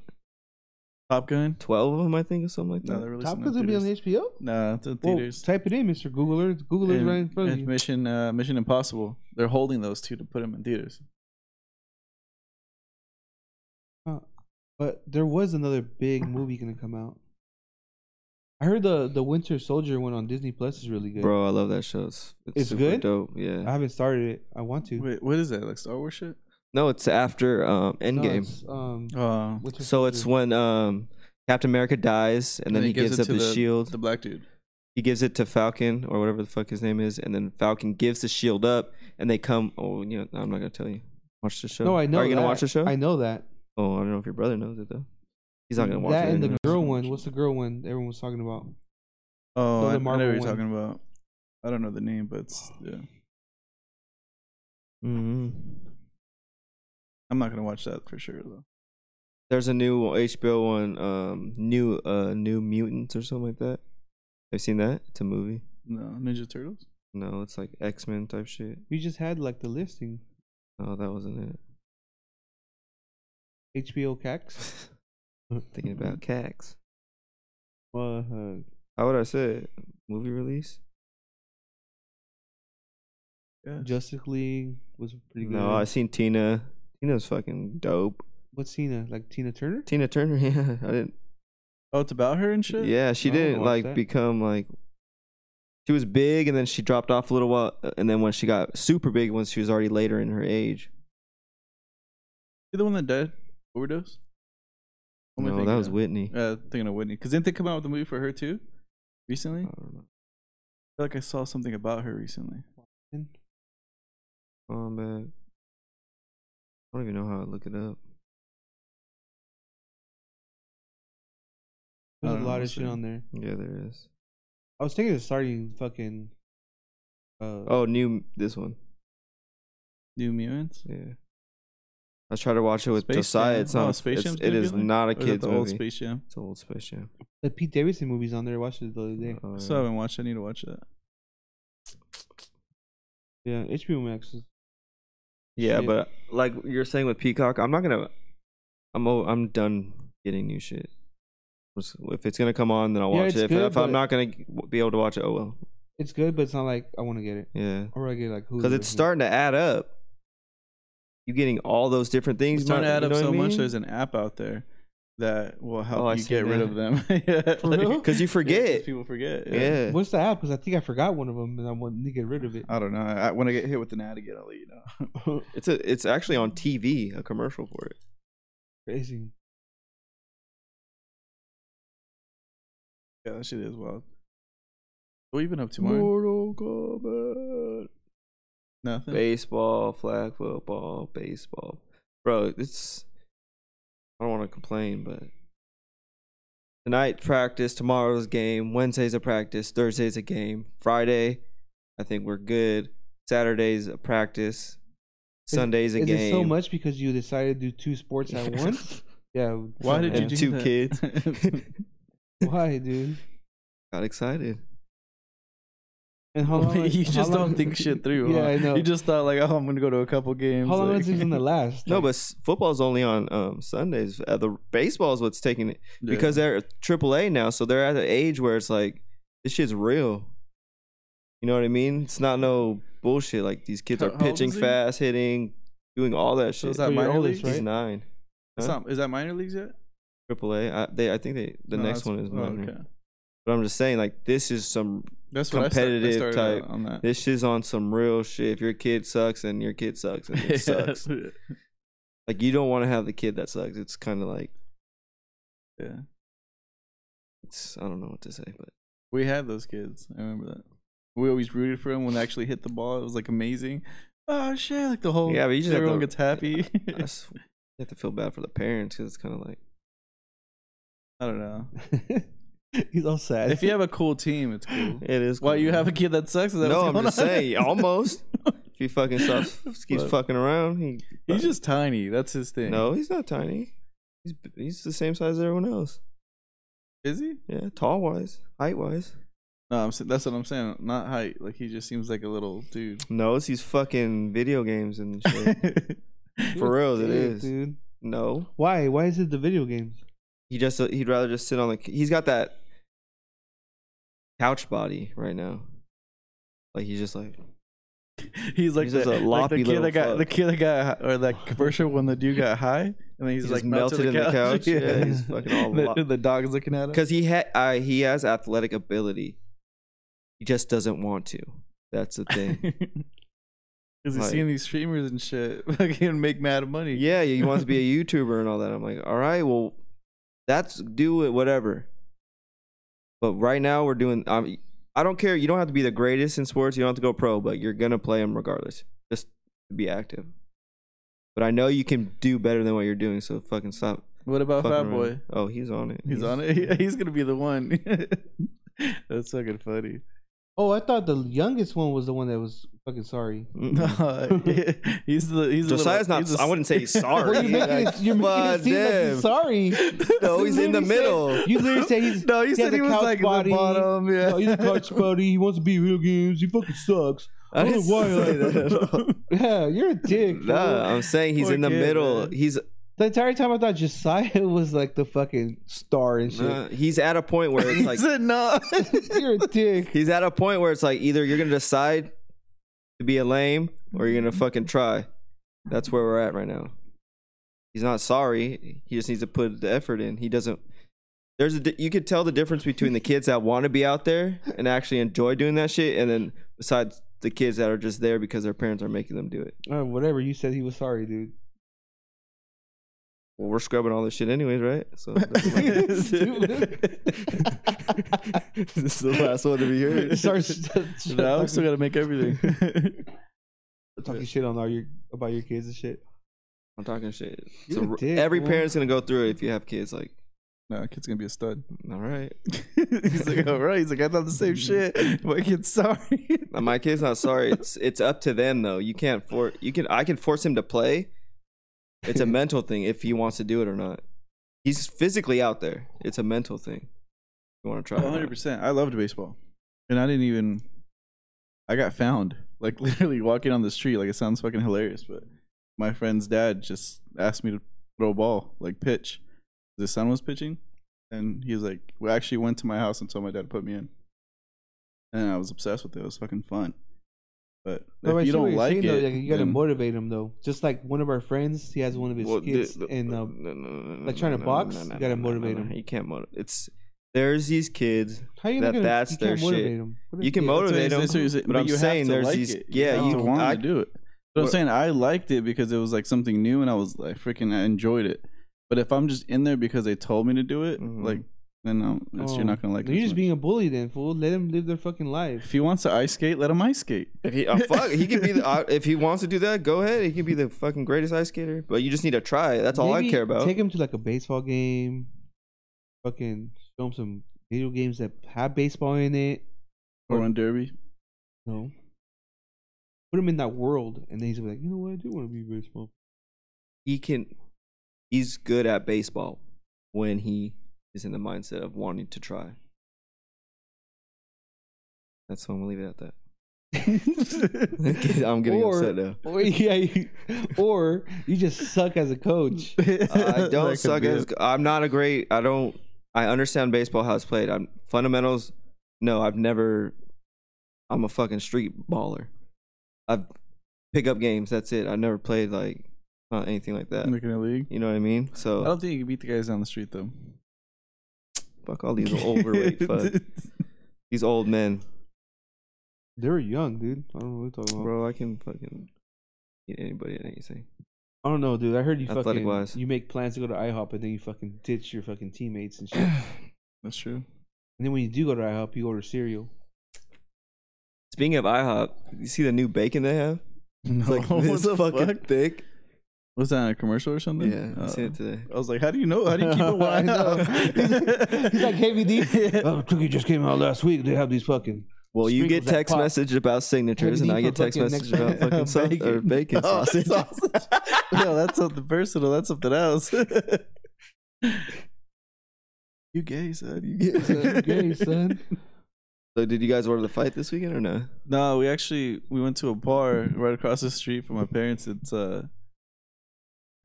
Speaker 1: Top Gun.
Speaker 3: Twelve of them, I think, or something like
Speaker 1: No,
Speaker 3: that.
Speaker 1: they're releasing
Speaker 2: Top
Speaker 1: in
Speaker 2: Gun's gonna be on
Speaker 1: theaters.
Speaker 2: HBO.
Speaker 1: Nah, it's in
Speaker 2: Well,
Speaker 1: theaters.
Speaker 2: type it in, Mr. Google Earth. Google Earth
Speaker 1: And-
Speaker 2: right in front of
Speaker 1: and
Speaker 2: you.
Speaker 1: Mission uh, Mission Impossible. They're holding those two to put them in theaters.
Speaker 2: But there was another big movie gonna come out. I heard the the Winter Soldier one on Disney Plus is really good.
Speaker 3: Bro, I love that show. It's, it's,
Speaker 2: It's
Speaker 3: super
Speaker 2: good?
Speaker 3: dope.
Speaker 2: I
Speaker 3: Yeah.
Speaker 2: haven't started it. I want to.
Speaker 1: Wait, what is that? Like Star Wars shit?
Speaker 3: No, it's after um,
Speaker 2: No,
Speaker 3: Endgame.
Speaker 2: it's, um,
Speaker 1: Uh,
Speaker 2: Winter
Speaker 3: so it's
Speaker 2: Soldier.
Speaker 3: when um, Captain America dies, and then he, gives,
Speaker 1: it
Speaker 3: up
Speaker 1: to
Speaker 3: his shield.
Speaker 1: The black dude.
Speaker 3: he gives it to Falcon or whatever the fuck his name is, and then Falcon gives the shield up, and they come. Oh, you know, I'm not gonna tell you. Watch the show.
Speaker 2: No, I know.
Speaker 3: Are you gonna
Speaker 2: that.
Speaker 3: watch the show?
Speaker 2: I know that.
Speaker 3: oh, I don't know if your brother knows it though. He's not gonna watch
Speaker 2: that
Speaker 3: it.
Speaker 2: and the
Speaker 3: anyways.
Speaker 2: girl one. What's the girl one everyone was talking about?
Speaker 1: Oh, I, I know
Speaker 2: No, the
Speaker 1: what
Speaker 2: Marvel
Speaker 1: you're
Speaker 2: one.
Speaker 1: talking about. I don't know the name, but it's, yeah.
Speaker 3: Mhm.
Speaker 1: I'm not gonna watch that for sure though.
Speaker 3: There's a new HBO one, um, new uh, New Mutants or something like that. I've seen that. It's a movie.
Speaker 1: No, Ninja Turtles.
Speaker 3: No, it's like X Men type shit.
Speaker 2: We just had like the listing
Speaker 3: No, that wasn't it.
Speaker 2: HBO Cax.
Speaker 3: Thinking about
Speaker 2: Mm-hmm.
Speaker 3: Cax.
Speaker 2: Uh,
Speaker 3: How would I say it? Movie release?
Speaker 1: Yeah.
Speaker 2: Justice League was pretty good.
Speaker 3: No, I seen Tina. Tina's fucking dope.
Speaker 2: What's Tina? Like Tina Turner?
Speaker 3: Tina Turner. Yeah, I didn't.
Speaker 1: Oh, it's about her and shit.
Speaker 3: Yeah, she
Speaker 2: I wanna
Speaker 3: didn't
Speaker 2: watch
Speaker 3: like
Speaker 2: that.
Speaker 3: become like. She was big, and then she dropped off a little while, and then when she got super big, once she was already later in her age.
Speaker 1: You the one that died overdose. What am I
Speaker 3: No, that
Speaker 1: thinking
Speaker 3: was
Speaker 1: of?
Speaker 3: Whitney.
Speaker 1: Uh, thinking of Whitney, because didn't they come out with a movie for her too recently?
Speaker 3: I
Speaker 1: I feel
Speaker 3: don't know.
Speaker 1: like I saw something about her recently.
Speaker 3: Oh man, I don't even know how to look it up.
Speaker 1: I
Speaker 2: There's a
Speaker 1: don't
Speaker 2: lot
Speaker 1: know,
Speaker 2: of shit
Speaker 1: so-
Speaker 2: on there.
Speaker 3: Yeah, there is.
Speaker 2: I was thinking of starting fucking. Uh,
Speaker 3: Oh, new this one.
Speaker 1: New Mutants.
Speaker 3: Yeah, I tried to watch it with
Speaker 1: Space
Speaker 3: Josiah.
Speaker 1: Jam.
Speaker 3: It's not.
Speaker 1: Oh,
Speaker 3: a-
Speaker 1: Space
Speaker 3: it's,
Speaker 1: Jam's
Speaker 3: it
Speaker 1: doing
Speaker 3: is
Speaker 1: good, like-
Speaker 3: not a
Speaker 1: Or is it
Speaker 3: kids
Speaker 1: the old
Speaker 3: movie.
Speaker 1: Space Jam.
Speaker 3: It's an old Space Jam.
Speaker 2: the Pete Davidson movie's on there. I watched it the other day.
Speaker 3: Oh,
Speaker 1: So I
Speaker 3: yeah.
Speaker 1: haven't watched. I need to watch that.
Speaker 2: Yeah, HBO Max. Is,
Speaker 3: Yeah,
Speaker 2: Shit.
Speaker 3: but like you're saying with Peacock, I'm not gonna. I'm o- I'm done getting new shit. Just- If it's gonna come on, then I'll
Speaker 2: Yeah,
Speaker 3: watch
Speaker 2: it's
Speaker 3: it. If,
Speaker 2: good,
Speaker 3: if I'm
Speaker 2: but-
Speaker 3: not gonna g- be able to watch it, oh well.
Speaker 2: it's good, but it's not like I want to get it.
Speaker 3: Yeah,
Speaker 2: Or I get like who?
Speaker 3: because it's starting to add up. You getting all those different things.
Speaker 1: It's starting to
Speaker 3: not-
Speaker 1: add
Speaker 3: you
Speaker 1: up
Speaker 3: know
Speaker 1: so
Speaker 3: what I
Speaker 1: much.
Speaker 3: mean?
Speaker 1: There's an app out there that will help
Speaker 3: Oh, I
Speaker 1: you
Speaker 3: seen
Speaker 1: get rid of them. yeah,
Speaker 2: For real?
Speaker 3: 'Cause you
Speaker 1: yeah,
Speaker 3: forget.
Speaker 1: people forget.
Speaker 3: Yeah.
Speaker 2: What's the app? Because I think I forgot one of them, and I wanted to get rid of it.
Speaker 1: I don't know. I, when I get hit with an ad again, I'll let you know.
Speaker 3: It's a it's actually on TV, a commercial for it.
Speaker 2: Crazy.
Speaker 1: yeah, that shit is wild. What you been up to, Martin?
Speaker 3: Mortal Kombat.
Speaker 1: Nothing.
Speaker 3: Baseball, flag football, baseball. Bro, it's I don't want to complain, but tonight practice, tomorrow's game, Wednesday's a practice, Thursday's a game, Friday, I think we're good. Saturday's a practice, Sunday's a
Speaker 2: Is
Speaker 3: game.
Speaker 2: it so much because you decided to do two sports at once? Yeah.
Speaker 1: Why did you
Speaker 3: And
Speaker 1: do
Speaker 3: two
Speaker 1: that?
Speaker 3: kids.
Speaker 2: Why, dude?
Speaker 3: Got excited.
Speaker 2: And how long?
Speaker 1: you
Speaker 2: how
Speaker 1: just
Speaker 2: long-
Speaker 1: don't think shit through.
Speaker 2: Yeah,
Speaker 1: huh?
Speaker 2: I know.
Speaker 1: You just thought like, oh, I'm gonna go to a couple games.
Speaker 2: how long
Speaker 1: like-
Speaker 2: is this gonna last?
Speaker 3: No,
Speaker 2: Like,
Speaker 3: but s- football's only on um, Sundays. Uh, the baseball is what's taking it
Speaker 1: Yeah.
Speaker 3: because they're AAA now, so they're at an age where it's like this shit's real. You know what I mean? It's not no bullshit. Like these kids
Speaker 1: How-
Speaker 3: are
Speaker 1: how old
Speaker 3: pitching
Speaker 1: is he?
Speaker 3: fast, hitting, doing all that
Speaker 1: So
Speaker 3: shit.
Speaker 1: is that
Speaker 2: You're
Speaker 1: minor
Speaker 2: oldest,
Speaker 1: leagues?
Speaker 3: He's
Speaker 2: right?
Speaker 3: nine.
Speaker 1: It's
Speaker 3: Huh?
Speaker 1: not- is that minor leagues yet?
Speaker 3: AAA. I, they, I think they. The
Speaker 1: No,
Speaker 3: next
Speaker 1: that's-
Speaker 3: one is
Speaker 1: oh,
Speaker 3: minor.
Speaker 1: okay.
Speaker 3: But I'm just saying, like this is some.
Speaker 1: That's what I start- I
Speaker 3: Competitive
Speaker 1: started
Speaker 3: type.
Speaker 1: out on that.
Speaker 3: This shit's on some real shit. If your kid sucks, then your kid sucks, and it sucks. Like you don't want to have the kid that sucks. It's kind of like
Speaker 1: yeah.
Speaker 3: it's. I don't know what to say, but.
Speaker 1: We had those kids. I remember that. We always rooted for them when they actually hit the ball. It was like amazing. Oh shit! Like the whole
Speaker 3: Yeah, but you just have
Speaker 1: everyone
Speaker 3: to-
Speaker 1: gets happy.
Speaker 3: I s- you have to feel bad for the parents because it's kind of like
Speaker 1: I don't know.
Speaker 2: he's all sad.
Speaker 1: If you have a cool team, it's cool.
Speaker 3: it is.
Speaker 1: Why
Speaker 3: kinda
Speaker 1: you have a
Speaker 3: like-
Speaker 1: kid that sucks? Is that
Speaker 3: No,
Speaker 1: what's
Speaker 3: I'm
Speaker 1: going
Speaker 3: just
Speaker 1: on?
Speaker 3: saying. Almost. If he fucking stops, keeps
Speaker 1: But-
Speaker 3: fucking around. He
Speaker 1: He's just tiny. That's his thing.
Speaker 3: uh, no, he's not tiny. He's b- he's the same size as everyone else.
Speaker 1: is he?
Speaker 3: Yeah, tall wise, height wise.
Speaker 1: No, I'm. sa- That's what I'm saying. Not height. Like he just seems like a little dude.
Speaker 3: No, it's these fucking video games and shit.
Speaker 1: For
Speaker 3: for real, it
Speaker 2: Dude,
Speaker 3: is.
Speaker 2: dude.
Speaker 3: No,
Speaker 2: Why? Why is it the video games?
Speaker 3: he just he'd rather just sit on the. c- He's got that couch body right now. Like he's just like
Speaker 1: He's like
Speaker 3: He's
Speaker 1: the,
Speaker 3: just a
Speaker 1: like the
Speaker 3: loppy
Speaker 1: kid
Speaker 3: little
Speaker 1: that got the
Speaker 3: fuck.
Speaker 1: kid that got or that commercial when the dude got high and then he's
Speaker 3: He
Speaker 1: like
Speaker 3: just melted
Speaker 1: to
Speaker 3: in the couch. Yeah, he's fucking all
Speaker 1: the,
Speaker 3: lop-
Speaker 1: the dog's looking at him.
Speaker 3: because he had uh, he has athletic ability. He just doesn't want to. That's the thing.
Speaker 1: Because he's
Speaker 3: Like-
Speaker 1: seeing these streamers and shit fucking make mad money.
Speaker 3: yeah, he wants to be a YouTuber and all that. I'm like, all right, well, that's do it, whatever. But right now we're doing. I'm, I don't care. You don't have to be the greatest in sports. You don't have to go pro, but you're gonna play them regardless. Just be active. But I know you can do better than what you're doing, so fucking stop.
Speaker 1: What about
Speaker 3: fucking
Speaker 1: Fat
Speaker 3: around.
Speaker 1: Boy?
Speaker 3: Oh, he's on it.
Speaker 1: He's on it. He's gonna be the one. That's fucking funny.
Speaker 2: Oh, I thought the youngest one was the one that was fucking sorry.
Speaker 1: No,
Speaker 3: Mm-mm.
Speaker 1: Uh, he's the he's a
Speaker 3: Josiah's
Speaker 1: little,
Speaker 3: not.
Speaker 1: He's
Speaker 3: I I wouldn't say he's sorry.
Speaker 2: Well, you're making
Speaker 3: Like,
Speaker 2: it, you're making
Speaker 3: but
Speaker 2: it seem like
Speaker 3: damn.
Speaker 2: he's sorry.
Speaker 3: No, he's in
Speaker 2: literally
Speaker 3: the
Speaker 2: said-
Speaker 3: middle.
Speaker 2: You literally say he's
Speaker 1: no, he
Speaker 2: he
Speaker 1: said
Speaker 2: has a
Speaker 1: he was
Speaker 2: couch
Speaker 1: like
Speaker 2: body.
Speaker 1: the bottom. Yeah,
Speaker 2: oh, he's a coach buddy. He wants to be video games. He fucking sucks.
Speaker 3: I didn't
Speaker 2: Oh, why?
Speaker 3: say that at all.
Speaker 2: Yeah, you're a dick. fool.
Speaker 3: Nah, I'm saying he's
Speaker 1: Poor
Speaker 3: in the
Speaker 1: kid,
Speaker 3: middle.
Speaker 1: man.
Speaker 3: He's
Speaker 2: The entire time I thought Josiah was like the fucking star and shit.
Speaker 3: nah, he's at a point where it's
Speaker 1: he
Speaker 3: like
Speaker 1: said no.
Speaker 2: You're a dick.
Speaker 3: he's at a point where it's like either you're gonna decide to be a lame or you're gonna fucking try. That's where we're at right now. He's not sorry. He just needs to put the effort in. He doesn't. There's a di- you could tell the difference between the kids that want to be out there and actually enjoy doing that shit, and then besides the kids that are just there because their parents are making them do it.
Speaker 2: Uh, whatever you said, he was sorry, dude.
Speaker 3: Well, we're scrubbing all this shit anyways, right? So this is the last one to be heard.
Speaker 2: Start, start, start
Speaker 1: no, I'm still
Speaker 2: talking,
Speaker 1: gotta make everything.
Speaker 2: talking shit on all your about your kids and shit.
Speaker 3: I'm talking shit.
Speaker 2: You're
Speaker 3: So
Speaker 2: a dick,
Speaker 3: every
Speaker 2: fool.
Speaker 3: parent's gonna go through it if you have kids. Like,
Speaker 1: no, kid's gonna be a stud.
Speaker 3: all right,
Speaker 1: he's like, all right. He's like, I thought the same shit. My kid's sorry.
Speaker 3: Now, my kid's not sorry. It's it's up to them though. You can't for you can I can force him to play. It's a mental thing if he wants to do it or not. He's physically out there. It's a mental thing. You want to try?
Speaker 1: One hundred percent. I loved baseball, and I didn't even. I got found like literally walking on the street. Like it sounds fucking hilarious, but my friend's dad just asked me to throw a ball, like pitch. The son was pitching, and he was like, "We actually went to my house and told my dad to put me in." And I was obsessed with it. It was fucking fun. But
Speaker 2: But Oh, I
Speaker 1: if
Speaker 2: see
Speaker 1: you
Speaker 2: what
Speaker 1: don't
Speaker 2: you're
Speaker 1: like
Speaker 2: saying,
Speaker 1: it,
Speaker 2: though, like, you gotta
Speaker 1: then-
Speaker 2: motivate him though. Just like one of our friends, he has one of his kids, and uh, like, trying to box, you gotta motivate him.
Speaker 3: You can't motivate. It's there's these kids.
Speaker 2: how you
Speaker 3: that-
Speaker 2: not gonna?
Speaker 3: that's
Speaker 2: you
Speaker 3: their
Speaker 2: can't motivate
Speaker 3: shit.
Speaker 2: him. What a
Speaker 3: You can
Speaker 2: dick.
Speaker 1: That's what
Speaker 3: motivate
Speaker 1: he's-
Speaker 3: them.
Speaker 1: that's what he's saying.
Speaker 3: but I'm
Speaker 1: you have
Speaker 3: saying
Speaker 1: to
Speaker 3: there's
Speaker 1: like
Speaker 3: these-
Speaker 1: it.
Speaker 3: yeah,
Speaker 1: have
Speaker 2: you-
Speaker 1: to want
Speaker 3: I-
Speaker 1: to do it. But I'm
Speaker 3: Well-
Speaker 1: saying I liked it because it was like something new and I was like freaking I enjoyed it. But if I'm just in there because they told me to do it,
Speaker 3: Mhm.
Speaker 1: like then no, it's,
Speaker 2: Oh,
Speaker 1: you're not gonna like it.
Speaker 2: You're
Speaker 1: as
Speaker 2: just
Speaker 1: much.
Speaker 2: being a bully then, fool. Let him live their fucking life.
Speaker 1: if he wants to ice skate, let him ice skate.
Speaker 3: If he oh, fuck, he can be the I- if he wants to do that, go ahead. He can be the fucking greatest ice skater. But you just need to try. That's all I
Speaker 2: Maybe
Speaker 3: care about.
Speaker 2: Take him to like a baseball game. Fucking show him some video games that have baseball in it.
Speaker 1: Or on derby.
Speaker 2: No. Put him in that world, and then he's gonna be like, you know what? I do want to be baseball.
Speaker 3: he can he's good at baseball when he is in the mindset of wanting to try. That's why I'm gonna leave it at that. I'm getting
Speaker 2: Or-
Speaker 3: upset now.
Speaker 2: Or yeah, you, or you just suck as a coach.
Speaker 3: I
Speaker 1: That
Speaker 3: don't
Speaker 1: could
Speaker 3: suck
Speaker 1: be
Speaker 3: as
Speaker 1: it.
Speaker 3: I'm not a great I don't I understand baseball how it's played. I'm fundamentals no, I've never I'm a fucking street baller. I've pick up games, that's it. I've never played like uh, anything like that.
Speaker 1: Making a league.
Speaker 3: You know what I mean?
Speaker 1: I
Speaker 3: So
Speaker 1: don't think you can beat the guys down the street though.
Speaker 3: fuck all these overweight fuck. These old men.
Speaker 2: They were young, dude. I don't know what you're talking about.
Speaker 3: Bro, I can fucking eat anybody at anything.
Speaker 2: I don't know, dude. I heard you fucking
Speaker 3: Athletic-wise.
Speaker 2: you make plans to go to IHOP, and then you fucking ditch your fucking teammates and shit. and
Speaker 1: That's true.
Speaker 2: then when you do go to IHOP, you order cereal.
Speaker 3: Speaking of IHOP, you see the new bacon they have?
Speaker 1: No,
Speaker 3: It's like this fucking thick.
Speaker 1: Was that in a commercial or something?
Speaker 3: Yeah, I
Speaker 1: Oh.
Speaker 3: seen it today.
Speaker 1: I was like, how do you know? How do you keep it
Speaker 2: I
Speaker 1: wide?
Speaker 2: know. He's like- he's like, "Hey, VD."
Speaker 1: Yeah.
Speaker 2: Oh, cookie just came out last week. They have these fucking.
Speaker 3: Well, you
Speaker 2: Sprinkles
Speaker 3: get
Speaker 2: that
Speaker 3: text
Speaker 2: pop.
Speaker 3: message about signatures, and
Speaker 2: Anything
Speaker 3: I
Speaker 2: for
Speaker 3: get text
Speaker 2: fucking
Speaker 3: message
Speaker 2: next
Speaker 3: about
Speaker 1: Friday?
Speaker 3: fucking sau- or bacon
Speaker 1: Oh,
Speaker 3: sausage.
Speaker 1: sausage. no, that's something personal. That's something else. you gay, son. You gay,
Speaker 2: son. You gay, son.
Speaker 3: So, did you guys order the fight this weekend or no?
Speaker 1: no, we actually we went to a bar right across the street from my parents. It's uh,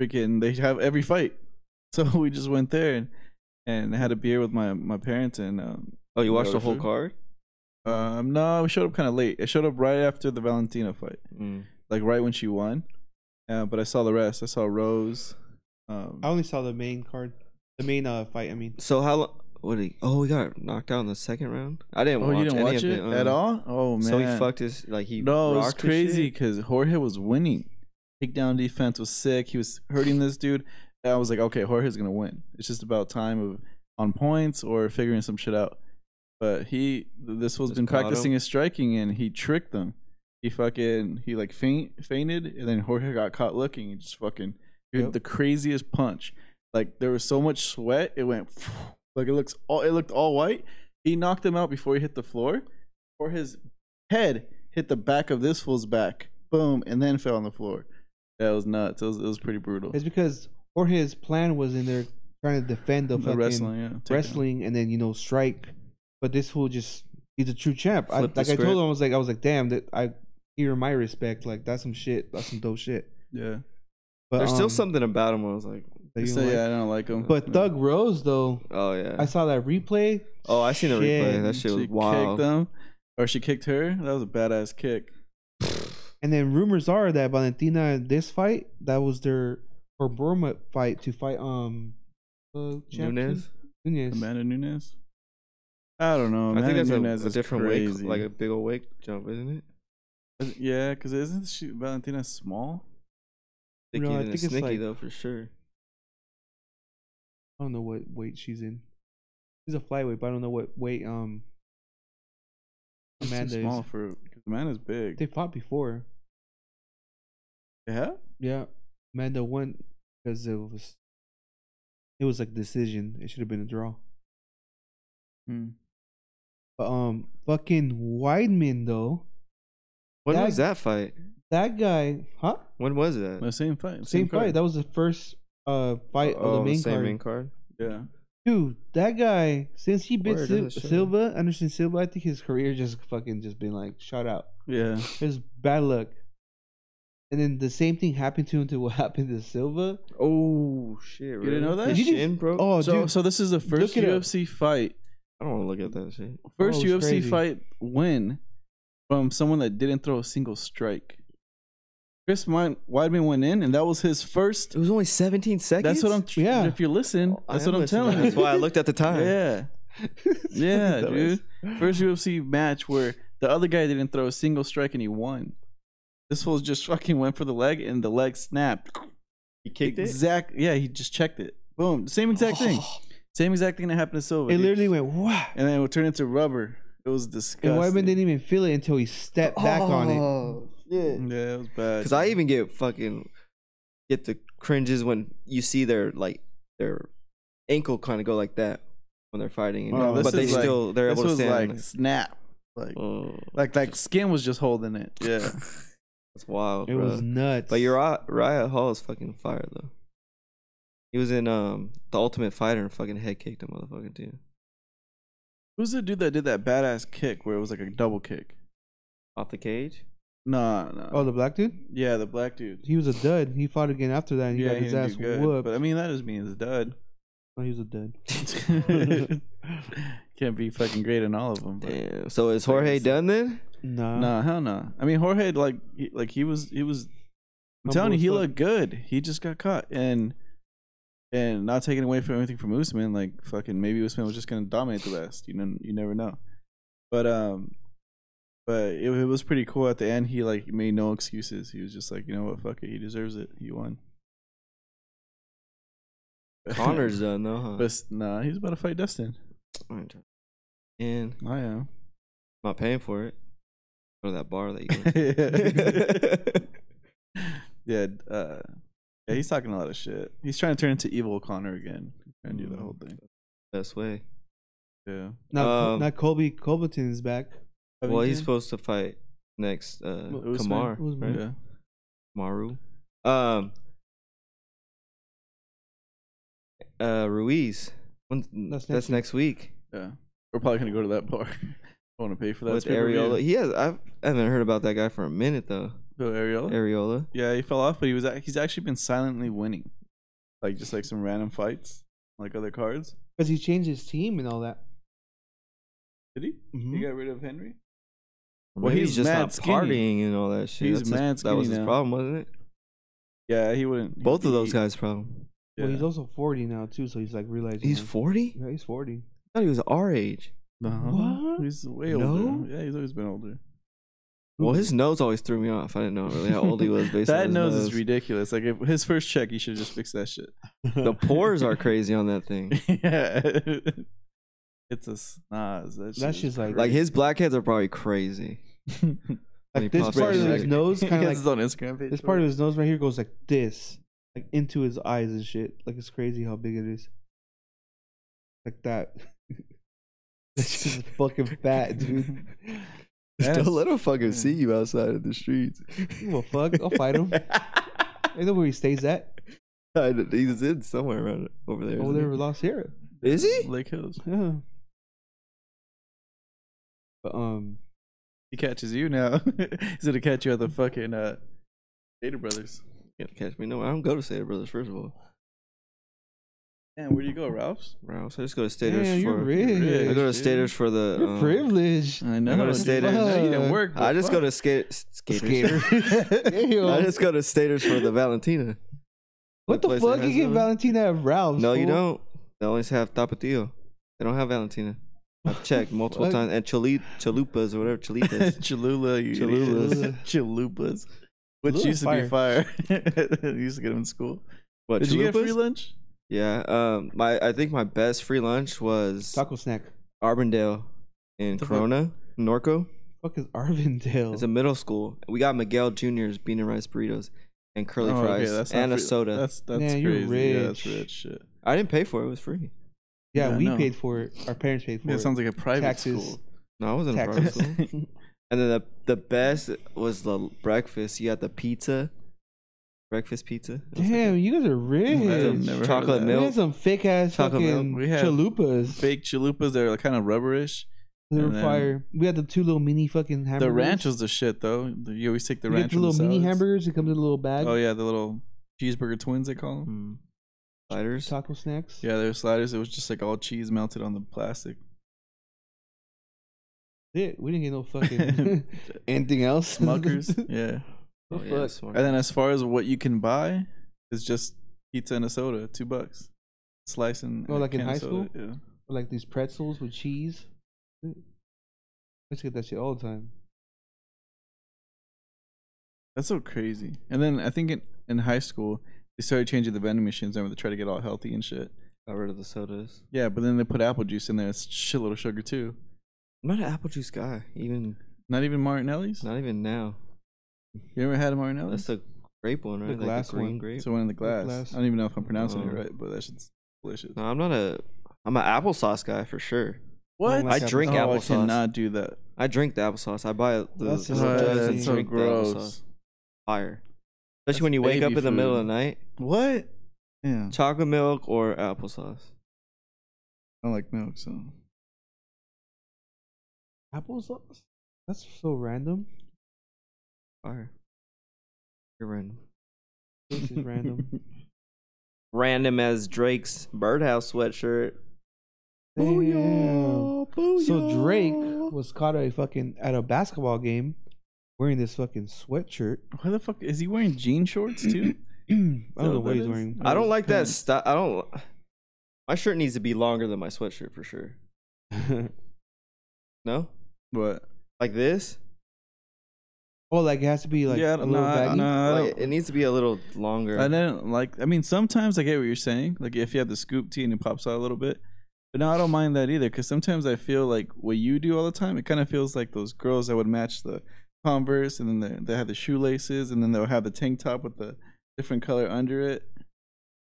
Speaker 1: freaking they have every fight, so we just went there and and had a beer with my my parents and um,
Speaker 3: Oh, you watched
Speaker 1: No,
Speaker 3: the whole
Speaker 1: sir.
Speaker 3: card?
Speaker 1: um no, we showed up kind of late. I showed up right after the Valentina fight.
Speaker 3: Mm.
Speaker 1: like right when she won. Uh, but I saw the rest. I saw Rose. Um,
Speaker 2: I only saw the main card, the main uh, fight. I mean,
Speaker 3: So, how long? What did he, oh, he got knocked out in the second round? I didn't
Speaker 1: oh,
Speaker 3: watch
Speaker 1: you didn't
Speaker 3: any
Speaker 1: watch
Speaker 3: of
Speaker 1: it
Speaker 3: uh,
Speaker 1: at all? Oh man.
Speaker 3: So, he fucked his, like, he.
Speaker 1: No, it was
Speaker 3: rocked his shit?
Speaker 1: crazy because Jorge was winning. Takedown defense was sick. He was hurting this dude. And I was like, okay, Jorge's gonna win. It's just about time of on points or figuring some shit out. But he, this was
Speaker 3: Just
Speaker 1: been
Speaker 3: caught
Speaker 1: practicing
Speaker 3: him.
Speaker 1: his striking, and he tricked them. He fucking he like faint fainted, and then Jorge got caught looking. He just fucking dude,
Speaker 2: Yep.
Speaker 1: the craziest punch. Like there was so much sweat, it went like it looks all it looked all white. He knocked him out before he hit the floor, or his head hit the back of this fool's back, boom, and then fell on the floor. That was nuts. It was, it was pretty brutal.
Speaker 2: It's because or his plan was in there trying to defend the,
Speaker 1: The
Speaker 2: fucking wrestling,
Speaker 1: wrestling, yeah, takedown.
Speaker 2: and then you know strike. But this fool just he's a true champ. I,
Speaker 3: Flip
Speaker 2: like
Speaker 3: the
Speaker 2: I told
Speaker 3: script.
Speaker 2: him, I was like, I was like, damn, that I give her my respect. Like that's some shit. That's some dope shit.
Speaker 1: Yeah,
Speaker 2: But
Speaker 3: There's
Speaker 2: um,
Speaker 3: still something about him. Where I was like,
Speaker 2: that you
Speaker 1: So,
Speaker 2: don't like.
Speaker 1: yeah, I don't like him.
Speaker 2: But Thug Rose though,
Speaker 3: oh yeah.
Speaker 2: I saw that replay.
Speaker 3: oh, I seen the replay.
Speaker 2: Shit.
Speaker 3: That shit was
Speaker 1: kicked
Speaker 3: wild.
Speaker 1: him, or she kicked her. That was a badass kick.
Speaker 2: And then rumors are that Valentina in this fight that was their her Burma fight to fight um uh, champion?
Speaker 3: Nunes.
Speaker 2: Nunes.
Speaker 1: Amanda Nunes. I don't know.
Speaker 3: I
Speaker 1: Amanda
Speaker 3: think that's
Speaker 1: Nunes
Speaker 3: a, a
Speaker 1: Oh, is
Speaker 3: different
Speaker 1: crazy.
Speaker 3: wake, like a big old wake jump, isn't it?
Speaker 1: Is- Yeah, because isn't she Valentina small?
Speaker 3: Thicky
Speaker 2: No, I
Speaker 3: than a
Speaker 2: think it's
Speaker 3: snicky
Speaker 2: like-
Speaker 3: though for sure.
Speaker 2: I don't know what weight she's in. She's a flyweight, but I don't know what weight um
Speaker 1: She's too
Speaker 2: Amanda
Speaker 1: small
Speaker 2: is.
Speaker 1: for. Cause Amanda's big.
Speaker 2: They fought before.
Speaker 1: yeah.
Speaker 2: Yeah, Amanda won because it was it was like decision. It should have been a draw.
Speaker 1: Hmm.
Speaker 2: But um, fucking Weidman though,
Speaker 3: When
Speaker 2: That-
Speaker 3: was that fight?
Speaker 2: that guy, huh?
Speaker 3: When was that?
Speaker 1: No, Uh, same fight. Same,
Speaker 2: Same, fight.
Speaker 1: card.
Speaker 2: That was the first uh fight
Speaker 3: Oh,
Speaker 2: of the main
Speaker 3: same
Speaker 2: card.
Speaker 3: main card.
Speaker 1: yeah.
Speaker 2: Dude, that guy since he bit
Speaker 3: Word,
Speaker 2: Sil-
Speaker 3: that's a shame.
Speaker 2: Silva, Anderson Silva, I think his career just fucking just been like shot out.
Speaker 1: Yeah.
Speaker 2: It was bad luck. And then the same thing happened to him to what happened to Silva.
Speaker 3: Oh shit! You
Speaker 1: didn't know that?
Speaker 3: His
Speaker 1: Did you
Speaker 3: shin, bro.
Speaker 2: Oh,
Speaker 1: so
Speaker 2: dude.
Speaker 1: so this is the first
Speaker 2: it up. Oh,
Speaker 1: UFC fight,
Speaker 3: I don't want to look at that shit.
Speaker 1: first
Speaker 2: it's
Speaker 1: UFC
Speaker 2: crazy.
Speaker 1: fight win from someone that didn't throw a single strike. Chris Wein- Weidman went in, and that was his first.
Speaker 3: It was only 17 seconds.
Speaker 1: That's what I'm.
Speaker 2: Yeah.
Speaker 1: If you listen,
Speaker 3: Oh, I
Speaker 1: that's
Speaker 3: am
Speaker 1: what I'm
Speaker 3: listening.
Speaker 1: telling you.
Speaker 3: That's why I looked at the time.
Speaker 1: Yeah. Yeah, dude. First UFC match where the other guy didn't throw a single strike and he won. This fool just fucking went for the leg and the leg snapped.
Speaker 3: He kicked it. Oh.
Speaker 1: exact, Yeah, he just checked it. Boom. Same exact thing. Same exact thing that happened to Silva.
Speaker 2: It
Speaker 1: dude.
Speaker 2: literally went wow.
Speaker 1: and then it would turn into rubber. It was disgusting. Oh.
Speaker 2: And Weidman didn't even feel it until he stepped back on it.
Speaker 3: Yeah.
Speaker 1: Yeah, it was bad.
Speaker 3: Because I even get fucking get the cringes when you see their like their ankle kind of go like that when they're fighting, and,
Speaker 1: Oh, this
Speaker 3: but they
Speaker 1: is like-
Speaker 3: still they're
Speaker 1: this
Speaker 3: able to
Speaker 1: was
Speaker 3: stand.
Speaker 1: like snap. Like,
Speaker 3: oh,
Speaker 1: like, like skin was just holding it. Yeah.
Speaker 3: that's wild,
Speaker 2: It
Speaker 3: bro.
Speaker 2: was nuts.
Speaker 3: But Uriah, Uriah Hall is fucking fire though. He was in um the Ultimate Fighter and fucking head kicked a motherfucker too.
Speaker 1: Who's the dude that did that badass kick where it was like a double kick?
Speaker 3: Off the cage.
Speaker 1: No, no.
Speaker 2: Oh, the black dude?
Speaker 1: yeah, the black dude.
Speaker 2: He was a dud. He fought again after that and he got his
Speaker 1: didn't
Speaker 2: ass
Speaker 1: do good,
Speaker 2: whooped.
Speaker 1: But I mean, that just means dud.
Speaker 2: oh, he was a dud.
Speaker 1: Can't be fucking great in all of them. But.
Speaker 3: Damn. So is Jorge done then?
Speaker 2: Nah.
Speaker 1: No, hell no. I mean, Jorge, like, he, like he was, he was. I'm telling you,
Speaker 2: as
Speaker 1: he
Speaker 2: fuck.
Speaker 1: looked good. He just got caught, and and not taking away from anything from Usman, like fucking maybe Usman was just gonna dominate the rest. You know, you never know. But um, but it, it was pretty cool at the end. He like made no excuses. He was just like, you know what, fuck it, he deserves it. He won.
Speaker 3: Connor's done though, huh?
Speaker 1: But nah, he's about to fight Dustin.
Speaker 3: And
Speaker 1: I am.
Speaker 3: I'm not paying for it. Go to that bar that you go to.
Speaker 1: yeah, uh, yeah, he's talking a lot of shit. He's trying to turn into evil Connor again and
Speaker 3: Mm.
Speaker 1: do the whole thing.
Speaker 3: best way.
Speaker 1: Yeah.
Speaker 2: Now,
Speaker 3: Um,
Speaker 2: now Colby Colberton is back.
Speaker 3: well, he's supposed to fight next uh
Speaker 1: Usman.
Speaker 3: Kamar,
Speaker 2: Usman.
Speaker 3: right?
Speaker 1: Yeah.
Speaker 3: Maru. Um uh Ruiz. When,
Speaker 2: That's next
Speaker 3: that's, next, week.
Speaker 1: Yeah. We're probably gonna go to that bar. I want to pay for that.
Speaker 3: with
Speaker 1: It's pay-per-view.
Speaker 3: Areola. He has I've, I haven't heard about that guy for a minute though.
Speaker 1: Who, Areola.
Speaker 3: Areola.
Speaker 1: yeah, he fell off, but he was ac- he's actually been silently winning, like just like some random fights, like other cards.
Speaker 2: Because he changed his team and all that.
Speaker 1: Did he?
Speaker 2: Mhm.
Speaker 3: Hmm?
Speaker 1: He got rid of Henry.
Speaker 3: Well,
Speaker 1: Mm-hmm. Well,
Speaker 3: he's,
Speaker 1: he's
Speaker 3: just
Speaker 1: mad
Speaker 3: not
Speaker 1: skinny.
Speaker 3: partying and all that shit.
Speaker 1: He's
Speaker 3: That's
Speaker 1: mad
Speaker 3: his, That was
Speaker 1: skinny
Speaker 3: his
Speaker 1: now.
Speaker 3: problem, wasn't it?
Speaker 1: Yeah, he wouldn't.
Speaker 3: Both of those
Speaker 1: he-
Speaker 3: guys' problem.
Speaker 1: Yeah.
Speaker 2: Well, he's also 40 now, too, so he's like realizing.
Speaker 3: He's
Speaker 2: like,
Speaker 3: 40?
Speaker 2: Yeah, he's 40.
Speaker 3: I thought he was our age.
Speaker 1: No.
Speaker 2: What?
Speaker 1: Uh-huh. He's way
Speaker 3: No?
Speaker 1: older. Yeah, he's always been older.
Speaker 3: Well, his nose always threw me off. I didn't know really how old he was based on
Speaker 1: that
Speaker 3: his
Speaker 1: nose, is ridiculous. Like if his first check, he should just fix that shit.
Speaker 3: The pores are crazy on that thing.
Speaker 1: yeah, it's a snaz. That shit
Speaker 2: That's
Speaker 1: is
Speaker 2: just like-
Speaker 3: Like his blackheads are probably crazy.
Speaker 1: crazy.
Speaker 3: When he
Speaker 2: Like this
Speaker 3: pops
Speaker 2: part
Speaker 3: that
Speaker 2: of
Speaker 3: shit.
Speaker 2: his nose,
Speaker 1: He
Speaker 2: kind
Speaker 1: has
Speaker 2: of
Speaker 1: his
Speaker 2: like
Speaker 1: own Instagram page.
Speaker 2: this part of his nose right here goes like this, like into his eyes and shit. Like it's crazy how big it is. Like that. That's just fucking fat, dude.
Speaker 1: Yes.
Speaker 4: Don't let him fucking see you outside of the streets.
Speaker 2: Give a fuck. I'll fight him. I know where he stays at.
Speaker 4: I d- He's in somewhere around over there.
Speaker 2: Over
Speaker 4: isn't
Speaker 2: there
Speaker 4: he?
Speaker 2: with Lost Hero.
Speaker 3: Is he?
Speaker 1: Lake Hills.
Speaker 2: Yeah. But um,
Speaker 1: He catches you now. He's gonna catch you at the fucking uh, Gator Brothers.
Speaker 3: Can't catch me. No, I don't go to Stater Brothers. First of all,
Speaker 1: Damn, where do you go, Ralph's?
Speaker 3: Ralphs. I just go to Staters
Speaker 2: damn, you're
Speaker 3: for.
Speaker 1: rich,
Speaker 2: rich.
Speaker 3: I go to
Speaker 1: dude.
Speaker 3: Staters for the.
Speaker 2: You're
Speaker 3: um,
Speaker 2: privileged.
Speaker 1: I know.
Speaker 3: go to
Speaker 1: dude.
Speaker 3: Staters.
Speaker 1: No, you didn't work.
Speaker 3: I
Speaker 1: but
Speaker 3: just go
Speaker 1: fuck.
Speaker 3: to skate skaters.
Speaker 2: Skater. Ew.
Speaker 3: I just go to Staters for the Valentina.
Speaker 2: what
Speaker 3: the
Speaker 2: the
Speaker 3: place that
Speaker 2: fuck? You
Speaker 3: has
Speaker 2: get
Speaker 3: them?
Speaker 2: Valentina at Ralph's?
Speaker 3: No, you
Speaker 2: fool.
Speaker 3: don't. They always have Tapatio. They don't have Valentina. I've checked multiple
Speaker 2: Fuck.
Speaker 3: times. And chili, chalupas or whatever, chilitas.
Speaker 1: Cholula. You
Speaker 3: Cholulas.
Speaker 1: Cholulas. Cholupas. Which
Speaker 2: Cholulas
Speaker 1: used to be fire. you used to get them in school.
Speaker 3: what,
Speaker 1: Did you get free
Speaker 3: chalupas?
Speaker 1: lunch?
Speaker 3: Yeah. Um, my I think my best free lunch was
Speaker 2: Taco snack.
Speaker 3: Arbondale in
Speaker 1: The Oh. fuck?
Speaker 3: Corona, Norco.
Speaker 2: Fuck is Arvindale?
Speaker 3: It's a middle school. We got Miguel Jr.'s bean and rice burritos and curly
Speaker 1: Oh, okay,
Speaker 3: fries
Speaker 1: that's not
Speaker 3: and a
Speaker 1: free-
Speaker 3: soda.
Speaker 1: That's that's
Speaker 2: Man,
Speaker 1: crazy.
Speaker 2: you're
Speaker 1: Yeah, that's
Speaker 2: rich.
Speaker 1: rich shit.
Speaker 3: I didn't pay for it. It was free.
Speaker 2: yeah,
Speaker 1: yeah, I
Speaker 2: we
Speaker 1: know.
Speaker 2: paid for it. Our parents paid for
Speaker 1: Yeah,
Speaker 2: it.
Speaker 1: it sounds like a private
Speaker 2: Taxes.
Speaker 1: school.
Speaker 3: No, I wasn't a private
Speaker 2: Taxes.
Speaker 3: school. And then the the best was the breakfast. You got the pizza, breakfast pizza. It was like
Speaker 2: Damn,
Speaker 3: a-
Speaker 2: you guys are rich.
Speaker 1: I've
Speaker 3: the
Speaker 1: never heard of
Speaker 3: chocolate
Speaker 1: that.
Speaker 2: We had
Speaker 3: milk.
Speaker 2: some fake ass
Speaker 3: Taco Bell.
Speaker 2: fucking
Speaker 1: We had
Speaker 2: chalupas.
Speaker 1: Fake chalupas. They're like kind of rubberish.
Speaker 2: They were
Speaker 1: and then-
Speaker 2: fire. We had the two little mini fucking hamburgers.
Speaker 1: The ranch was the shit though. You always take the
Speaker 2: you get
Speaker 1: ranch.
Speaker 2: the
Speaker 1: with
Speaker 2: little mini
Speaker 1: salads.
Speaker 2: hamburgers. It comes in a little bag. Hmm.
Speaker 1: Oh yeah, the little cheeseburger twins they call them.
Speaker 3: Mm. Sliders.
Speaker 2: Taco snacks.
Speaker 1: Yeah, they were sliders. It was just like all cheese melted on the plastic.
Speaker 2: Shit, we didn't get no fucking anything else.
Speaker 1: Smuckers. yeah.
Speaker 3: Oh,
Speaker 2: The
Speaker 3: yeah,
Speaker 2: fuck?
Speaker 3: that's smart.
Speaker 1: And then as far as what you can buy, it's just pizza and a soda, two bucks. Slice and
Speaker 2: Oh,
Speaker 1: and a
Speaker 2: like in
Speaker 1: can of
Speaker 2: high
Speaker 1: soda, Yeah.
Speaker 2: like these pretzels with cheese. I used to get that shit all the time.
Speaker 1: That's so crazy. And then I think in, in high school they started changing the vending machines and they try to get all healthy and shit.
Speaker 3: Got rid of the sodas.
Speaker 1: Yeah, but then they put apple juice in there. It's shitload of sugar too.
Speaker 3: I'm not an apple juice guy. Even
Speaker 1: Not even Martinelli's.
Speaker 3: not even now.
Speaker 1: You ever had a Martinelli's?
Speaker 3: That's the grape one, right? Like
Speaker 2: glass
Speaker 3: green
Speaker 2: one.
Speaker 3: grape.
Speaker 1: It's the one in the glass.
Speaker 2: glass.
Speaker 1: I don't even know if I'm pronouncing
Speaker 3: Oh.
Speaker 1: it right, but that shit's delicious.
Speaker 3: no, I'm not a. I'm an applesauce guy for sure.
Speaker 2: I don't
Speaker 1: What?
Speaker 2: like
Speaker 3: I drink
Speaker 1: oh, I
Speaker 3: applesauce.
Speaker 1: cannot do that.
Speaker 3: I drink the applesauce. I buy the
Speaker 2: That's
Speaker 3: the
Speaker 2: just
Speaker 1: Uh,
Speaker 3: jugs
Speaker 2: disgusting.
Speaker 3: and
Speaker 1: that's so
Speaker 3: drink the
Speaker 1: gross.
Speaker 3: Fire.
Speaker 1: That's
Speaker 3: Especially when you wake up
Speaker 1: baby
Speaker 3: in the middle
Speaker 1: food.
Speaker 3: of the night.
Speaker 1: What? Yeah,
Speaker 3: Chocolate milk or applesauce.
Speaker 1: I like milk, so
Speaker 2: Applesauce? That's so random.
Speaker 3: Fire. You're random.
Speaker 2: This is random.
Speaker 3: Random as Drake's birdhouse sweatshirt.
Speaker 1: Oh,
Speaker 2: Damn.
Speaker 3: Booyah.
Speaker 2: So Drake was caught at a fucking at a basketball game wearing this fucking sweatshirt.
Speaker 1: Why the fuck is he wearing jean shorts too?
Speaker 2: I don't
Speaker 1: that
Speaker 2: know
Speaker 1: what
Speaker 2: what
Speaker 1: that
Speaker 2: he's
Speaker 1: is?
Speaker 2: wearing.
Speaker 3: I don't like that
Speaker 1: Pants.
Speaker 3: style. I don't. My shirt needs to be longer than my sweatshirt for sure. No,
Speaker 1: But
Speaker 3: like this.
Speaker 2: oh, like it has to be like
Speaker 1: yeah,
Speaker 2: a little baggy.
Speaker 1: I,
Speaker 3: Like, it needs to be a little longer.
Speaker 1: I didn't like. I mean, sometimes I get what you're saying. Like if you have the scoop tee and it pops out a little bit, but no, I don't mind that either. Because sometimes I feel like what you do all the time. It kind of feels like those girls that would match the Converse, and then they, they have the shoelaces, and then they'll have the tank top with the different color under it.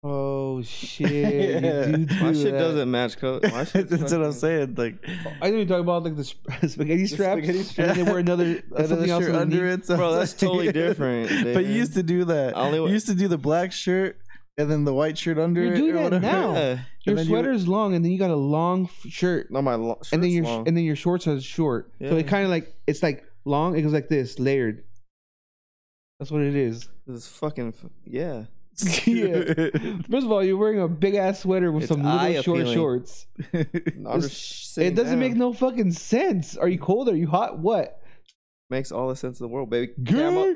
Speaker 2: Oh shit!
Speaker 1: Yeah.
Speaker 2: you do
Speaker 3: my
Speaker 2: do
Speaker 3: shit
Speaker 2: that.
Speaker 3: doesn't match color. My shit's
Speaker 1: That's what I'm saying.
Speaker 3: fucking-
Speaker 1: Like
Speaker 2: I know you're talking about like the sp- spaghetti straps,
Speaker 1: spaghetti
Speaker 2: and then they wear another
Speaker 1: That's
Speaker 2: something else
Speaker 1: shirt under
Speaker 2: underneath.
Speaker 1: it. so
Speaker 3: Bro,
Speaker 1: it's
Speaker 3: that's
Speaker 1: like-
Speaker 3: totally different,
Speaker 1: but you
Speaker 3: dude.
Speaker 1: used to do that.
Speaker 3: I only
Speaker 1: you
Speaker 3: went-
Speaker 1: used to do the black shirt and then the white shirt under
Speaker 2: You're
Speaker 1: it.
Speaker 2: doing
Speaker 1: or
Speaker 2: that
Speaker 1: whatever.
Speaker 2: now.
Speaker 3: Yeah.
Speaker 2: Your
Speaker 1: then you-
Speaker 2: sweater's long, and then you got a long f- shirt,
Speaker 3: No, my long,
Speaker 2: and then your sh-
Speaker 3: long.
Speaker 2: and then your shorts are short. So
Speaker 3: Yeah.
Speaker 2: it kind of like it's like long. It goes like this, layered. That's what it is.
Speaker 3: this is fucking f- yeah.
Speaker 2: Yeah. First of all, you're wearing a big ass sweater with
Speaker 3: It's
Speaker 2: some little
Speaker 3: eye
Speaker 2: short
Speaker 3: appealing.
Speaker 2: shorts.
Speaker 3: I'm
Speaker 2: It's-
Speaker 3: just
Speaker 2: It
Speaker 3: sitting
Speaker 2: doesn't
Speaker 3: down.
Speaker 2: make no fucking sense. Are you cold? Are you hot? What?
Speaker 3: makes all the sense in the world, baby. Camo,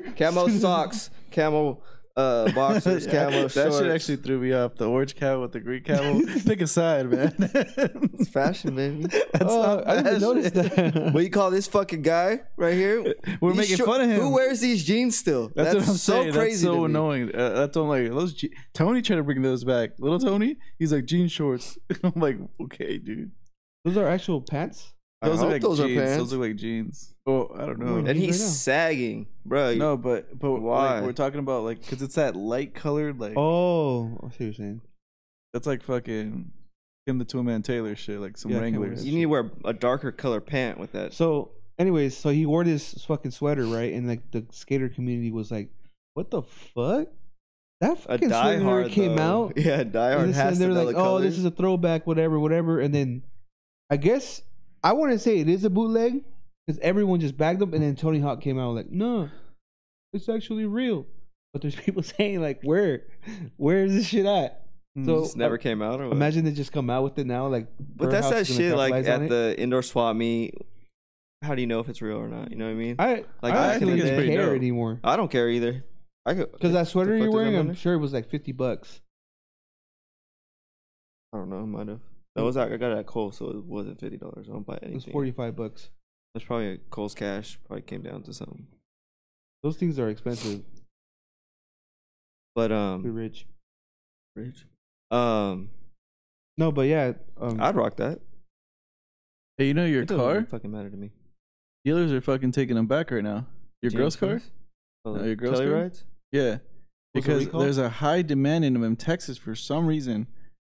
Speaker 2: Girl.
Speaker 3: camo socks, camo uh, boxers,
Speaker 1: Yeah,
Speaker 3: camo
Speaker 1: that
Speaker 3: shorts.
Speaker 1: shit actually threw me off. The orange cow with the green cow. Pick a side, man.
Speaker 3: It's fashion, baby.
Speaker 1: That's
Speaker 2: Oh,
Speaker 1: not
Speaker 2: I
Speaker 1: fashion.
Speaker 2: didn't notice that.
Speaker 3: What you call this fucking guy right here?
Speaker 1: We're
Speaker 3: These
Speaker 1: making
Speaker 3: shor-
Speaker 1: fun of him.
Speaker 3: Who wears these jeans still?
Speaker 1: That's, what I'm
Speaker 3: so
Speaker 1: saying.
Speaker 3: crazy.
Speaker 1: That's so
Speaker 3: to me.
Speaker 1: annoying. Uh, that's what I'm like. Those je- Tony tried to bring those back. Little Tony, he's like jean shorts. I'm like, okay, dude.
Speaker 2: Those are actual pants.
Speaker 4: I
Speaker 1: Those
Speaker 4: hope
Speaker 1: look like
Speaker 4: those are
Speaker 1: jeans.
Speaker 4: pants.
Speaker 1: Those look like jeans. Oh, I don't know.
Speaker 2: Wait,
Speaker 3: and
Speaker 2: He's
Speaker 3: he's
Speaker 2: right now.
Speaker 3: sagging, bro.
Speaker 1: No, but but
Speaker 3: Why?
Speaker 1: like, we're talking about like because it's that light colored like
Speaker 2: Oh, I see what you're saying.
Speaker 1: that's like fucking Kim the Two Man Taylor shit like some
Speaker 2: Yeah, I can't wear
Speaker 1: Wranglers.
Speaker 2: that.
Speaker 3: You need to wear a darker color pant with that.
Speaker 2: So, anyways, so he wore this fucking sweater, right? And like the skater community was like, "What the fuck? That
Speaker 3: A
Speaker 2: fucking
Speaker 3: Die
Speaker 2: sweater never
Speaker 3: Hard
Speaker 2: came
Speaker 3: though.
Speaker 2: out."
Speaker 3: Yeah, Die
Speaker 2: And,
Speaker 3: Hard
Speaker 2: this-
Speaker 3: has
Speaker 2: and
Speaker 3: to
Speaker 2: they're
Speaker 3: know
Speaker 2: like,
Speaker 3: the
Speaker 2: "Oh,
Speaker 3: colors.
Speaker 2: this is a throwback, whatever, whatever." And then, I guess I wouldn't say it is a bootleg because everyone just bagged them. And then Tony Hawk came out like, "No, it's actually real." But there's people saying like, "Where, where is this shit at?"
Speaker 1: Mm.
Speaker 2: So
Speaker 3: Just never came out. Or what?
Speaker 2: imagine they just come out with it now, like.
Speaker 3: But that's
Speaker 2: Berghaus
Speaker 3: that
Speaker 2: is gonna
Speaker 3: shit like
Speaker 2: capitalize on
Speaker 3: at
Speaker 2: it.
Speaker 3: the indoor swap meet. How do you know if it's real or not? You know what I mean? I,
Speaker 2: I
Speaker 3: like,
Speaker 2: I,
Speaker 3: back in
Speaker 2: actually
Speaker 3: the
Speaker 2: don't
Speaker 3: day-
Speaker 2: care
Speaker 1: No.
Speaker 2: anymore.
Speaker 3: don't care either. I could
Speaker 2: Because that sweater
Speaker 3: Uh, fuck
Speaker 2: you're
Speaker 3: does that
Speaker 2: wearing, I'm
Speaker 3: matter?
Speaker 2: sure it was like fifty bucks. um,
Speaker 3: I don't know. I might have. That was I got it at Kohl's, so it wasn't fifty dollars. I don't buy
Speaker 2: Hmm. It
Speaker 3: anything.
Speaker 2: was forty five bucks.
Speaker 3: That's probably a Kohl's cash. Probably came down to something.
Speaker 2: Those things are expensive.
Speaker 3: Hmm. But
Speaker 2: Be
Speaker 3: um,
Speaker 2: rich.
Speaker 3: rich. Um,
Speaker 2: No, but yeah, um,
Speaker 3: I'd rock that.
Speaker 1: Hey, you know your
Speaker 3: It doesn't really
Speaker 1: car
Speaker 3: fucking matter to me.
Speaker 1: dealers are fucking taking them back right now. Your girl's car?
Speaker 3: Oh,
Speaker 1: No,
Speaker 3: the
Speaker 1: your girl's car?
Speaker 3: Tellurides?
Speaker 1: Yeah, because
Speaker 2: recall?
Speaker 1: there's a high demand in them in Texas for some reason,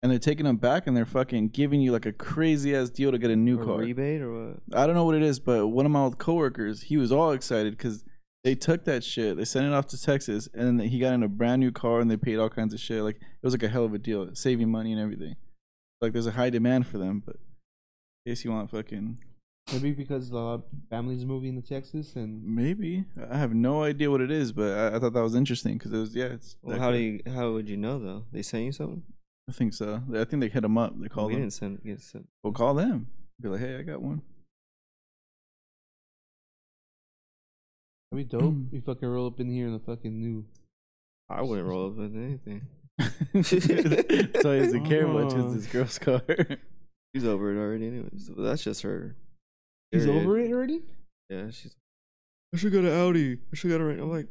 Speaker 1: and they're taking them back and they're fucking giving you like a crazy ass deal to get a new
Speaker 3: Or
Speaker 1: car.
Speaker 3: rebate or what?
Speaker 1: I don't know what it is, but one of my old coworkers, he was all excited because they took that shit, they sent it off to Texas, and he got in a brand new car and they paid all kinds of shit. Like it was like a hell of a deal, saving money and everything. Like there's a high demand for them, but in case you want fucking
Speaker 2: maybe because a lot of families moving to Texas and
Speaker 1: maybe I have no idea what it is, but I, I thought that was interesting because it was yeah. It's
Speaker 3: Well,
Speaker 1: that
Speaker 3: how do
Speaker 1: car.
Speaker 3: you? How would you know though? They sent you something?
Speaker 1: I think so. I think they hit him up. They called
Speaker 3: we
Speaker 1: him.
Speaker 3: didn't send. Get sent.
Speaker 1: Well, call them. Be like, hey, I got one.
Speaker 2: that'd be dope. you fucking roll up in here in a fucking new.
Speaker 3: I wouldn't roll up with anything.
Speaker 1: so he doesn't care much.
Speaker 2: Oh.
Speaker 1: It's his girl's car.
Speaker 3: He's over it already, anyways. But that's just her.
Speaker 2: He's
Speaker 3: period.
Speaker 2: over it already.
Speaker 3: Yeah, she's. I should go to Audi. I should go to. Ran-" I'm like,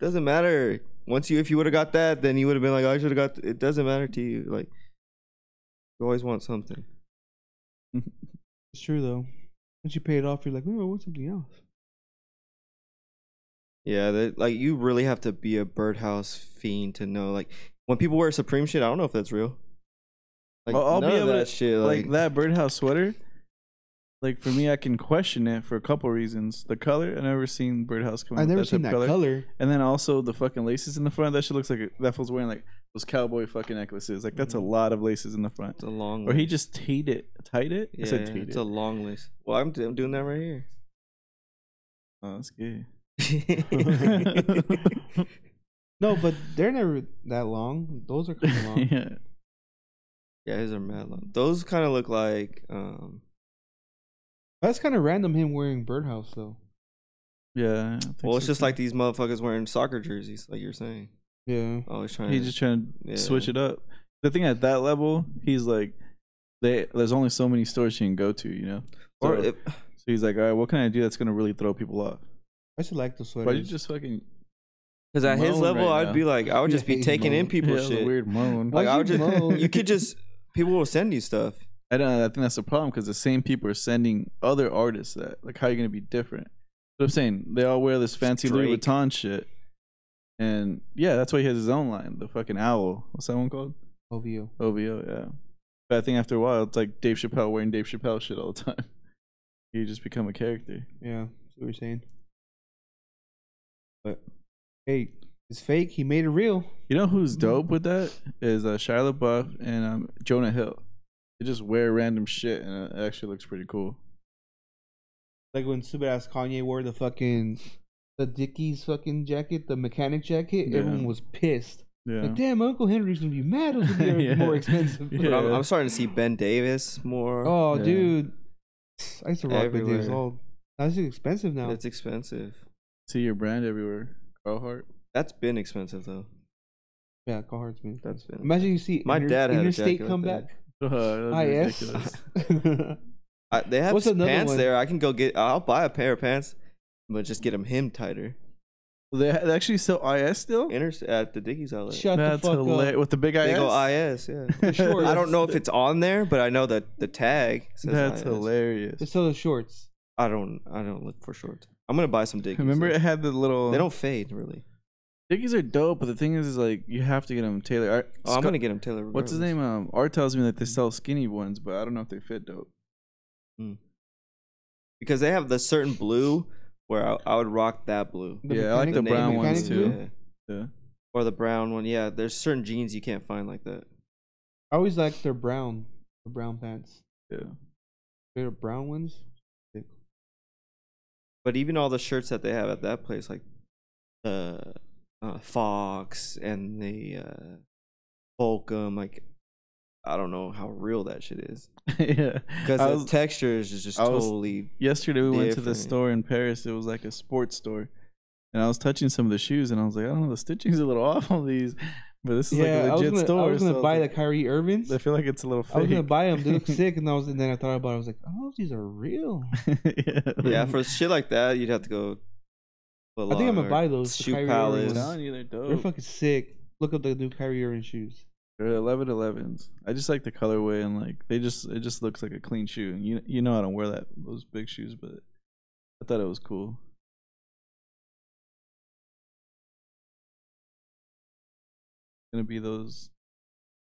Speaker 3: doesn't matter. Once you, if you would have got that, then you would have been like, "Oh, I should have got. th-" It doesn't matter to you. Like, you always want something.
Speaker 2: It's true though. Once you pay it off, you're like, oh, I want something else.
Speaker 3: Yeah, that like you really have to be a birdhouse fiend to know. Like, when people wear Supreme shit, I don't know if that's real. Like,
Speaker 1: Well, I'll
Speaker 3: none
Speaker 1: be
Speaker 3: of
Speaker 1: able
Speaker 3: that
Speaker 1: to-
Speaker 3: shit.
Speaker 1: like
Speaker 3: Like,
Speaker 1: that birdhouse sweater. Like for me, I can question it for a couple reasons. The color, I never seen birdhouse come. out
Speaker 2: I've
Speaker 1: with
Speaker 2: never
Speaker 1: type
Speaker 2: seen
Speaker 1: of
Speaker 2: that color.
Speaker 1: And then also the fucking laces in the front. That shit looks like a, that fool's wearing like those cowboy fucking necklaces. Like that's a lot of laces in the front.
Speaker 3: Mm. it's a long.
Speaker 1: Or he
Speaker 3: list.
Speaker 1: just teed it, tied it. I
Speaker 3: Yeah,
Speaker 1: said teed
Speaker 3: it's
Speaker 1: it.
Speaker 3: a long list. Well, I'm, I'm doing that right here.
Speaker 1: oh, that's gay.
Speaker 2: No, but they're never that long. Those are kind of long.
Speaker 1: yeah.
Speaker 3: yeah, his are mad long. Those kind of look like um,
Speaker 2: That's kind of random. Him wearing birdhouse though.
Speaker 1: Yeah. I think
Speaker 3: Well, it's
Speaker 1: so,
Speaker 3: just
Speaker 1: too.
Speaker 3: like these motherfuckers wearing soccer jerseys, like you're saying.
Speaker 2: Yeah.
Speaker 3: Always trying.
Speaker 1: He's
Speaker 3: to-
Speaker 1: just trying to
Speaker 3: Yeah.
Speaker 1: switch it up. The thing at that level, he's like, they, there's only so many stores you can go to, you know. So,
Speaker 3: or if,
Speaker 1: so he's like, all right, what can I do that's gonna really throw people off?
Speaker 2: I should like the sweater.
Speaker 1: Why you just fucking?
Speaker 3: because at his
Speaker 1: moan
Speaker 3: level,
Speaker 1: right
Speaker 3: I'd
Speaker 1: now.
Speaker 3: be like, I would just be
Speaker 2: Yeah,
Speaker 3: taking in
Speaker 1: Yeah, that
Speaker 2: moan.
Speaker 3: people's
Speaker 1: was
Speaker 3: shit.
Speaker 1: a weird moan.
Speaker 3: Like I
Speaker 2: Why'd
Speaker 3: would
Speaker 2: you
Speaker 3: just,
Speaker 2: moan?
Speaker 3: you could just, people will send you stuff.
Speaker 1: I don't. know. I think that's the problem because the same people are sending other artists that. Like, how you gonna be different? But I'm saying they all wear this fancy Louis
Speaker 3: Drake.
Speaker 1: Vuitton shit, and yeah, that's why he has his own line, the fucking owl. What's that one called?
Speaker 2: OVO.
Speaker 1: OVO, yeah. But I think after a while, it's like Dave Chappelle wearing Dave Chappelle shit all the time. You just become a character.
Speaker 2: Yeah, see what you're saying. But hey, it's fake. He made it real.
Speaker 1: You know who's dope with that is uh, Shia LaBeouf and um, Jonah Hill. They just wear random shit, and it actually looks pretty cool.
Speaker 2: Like when stupid ass Kanye wore the fucking the Dickies fucking jacket, the mechanic jacket.
Speaker 1: Yeah.
Speaker 2: Everyone was pissed.
Speaker 1: Yeah.
Speaker 2: Like damn, Uncle Henry's gonna be mad. It's gonna be
Speaker 1: Yeah.
Speaker 2: more expensive.
Speaker 1: Yeah.
Speaker 3: But I'm, I'm starting to see Ben Davis more.
Speaker 2: Oh,
Speaker 1: Yeah.
Speaker 2: dude, I used to rock with these.
Speaker 3: Everywhere.
Speaker 2: All that's expensive
Speaker 3: but
Speaker 2: now.
Speaker 3: it's expensive.
Speaker 1: See your brand everywhere. Carl Hart.
Speaker 3: That's been expensive though.
Speaker 2: Yeah, Carhartt's man.
Speaker 3: That's been.
Speaker 2: Imagine you see
Speaker 3: My
Speaker 2: inter-
Speaker 3: dad had a
Speaker 2: interstate
Speaker 3: jacket like
Speaker 2: comeback.
Speaker 3: that.
Speaker 1: Uh, that'd be
Speaker 2: Ah, yes.
Speaker 1: ridiculous.
Speaker 3: I, they have
Speaker 2: What's
Speaker 3: s-
Speaker 2: another
Speaker 3: pants
Speaker 2: one?
Speaker 3: there. I can go get. I'll buy a pair of pants, but just get them him tighter.
Speaker 1: They they actually sell IS still.
Speaker 3: Inter- at the Dickies outlet.
Speaker 2: Shut
Speaker 1: That's
Speaker 2: the fuck
Speaker 1: hilarious.
Speaker 2: up.
Speaker 1: With the big IS.
Speaker 3: They go IS, yeah.
Speaker 2: Sure,
Speaker 3: I don't know if it's on there, but I know that the tag says
Speaker 1: That's
Speaker 3: IS.
Speaker 1: hilarious.
Speaker 2: They sell the shorts.
Speaker 3: I don't I don't look for shorts. I'm gonna buy some Dickies.
Speaker 1: Remember,
Speaker 3: though.
Speaker 1: it had the little.
Speaker 3: they don't fade really.
Speaker 1: Dickies are dope, but the thing is, is like you have to get them tailored. I,
Speaker 3: Oh, I'm
Speaker 1: Scott-
Speaker 3: gonna get them Taylor.
Speaker 1: What's his name? Um, Art tells me that they sell skinny ones, but I don't know if they fit dope.
Speaker 3: Because they have the certain blue where I, I would rock that blue.
Speaker 2: The
Speaker 1: yeah, I like
Speaker 2: mechanic-
Speaker 1: the
Speaker 3: navy
Speaker 1: brown
Speaker 3: blue,
Speaker 1: ones
Speaker 2: mechanic blue?
Speaker 1: too.
Speaker 3: yeah.
Speaker 1: Yeah.
Speaker 3: Or the brown one. Yeah, there's certain jeans you can't find like that.
Speaker 2: I always like their brown, the brown pants.
Speaker 1: Yeah.
Speaker 2: They're brown ones.
Speaker 3: But even all the shirts that they have at that place, like the uh, Fox and the uh, Volcom, like I don't know how real that shit is
Speaker 1: yeah.
Speaker 3: because
Speaker 1: I
Speaker 3: the
Speaker 1: was-
Speaker 3: texture is just
Speaker 1: I was-
Speaker 3: totally
Speaker 1: yesterday we went to the
Speaker 3: different.
Speaker 1: store in Paris. It was like a sports store, and I was touching some of the shoes, and I was like, I don't know, the stitching's a little off on these, but this is
Speaker 2: yeah,
Speaker 1: like a
Speaker 2: I was
Speaker 1: legit
Speaker 2: gonna,
Speaker 1: store.
Speaker 2: I was
Speaker 1: so
Speaker 2: gonna
Speaker 1: I
Speaker 2: buy the
Speaker 1: like,
Speaker 2: Kyrie Irvins.
Speaker 1: I feel like it's a little fake.
Speaker 2: I was gonna buy them. They look sick, and I was, and then I thought about. it. I was like, oh, these are real.
Speaker 1: yeah.
Speaker 3: yeah. For shit like that, you'd have to go. Foot
Speaker 2: I think I'm
Speaker 3: Locker,
Speaker 2: gonna buy those, the
Speaker 3: Shoe
Speaker 2: Kyrie
Speaker 3: Palace.
Speaker 2: Irving
Speaker 1: Down
Speaker 2: ones.
Speaker 1: you, they're dope.
Speaker 2: They're fucking sick. Look up the new Kyrie Irving shoes.
Speaker 1: They're eleven elevens. I just like the colorway and like they just it just looks like a clean shoe. And you you know I don't wear that those big shoes, but I thought it was cool. Gonna be those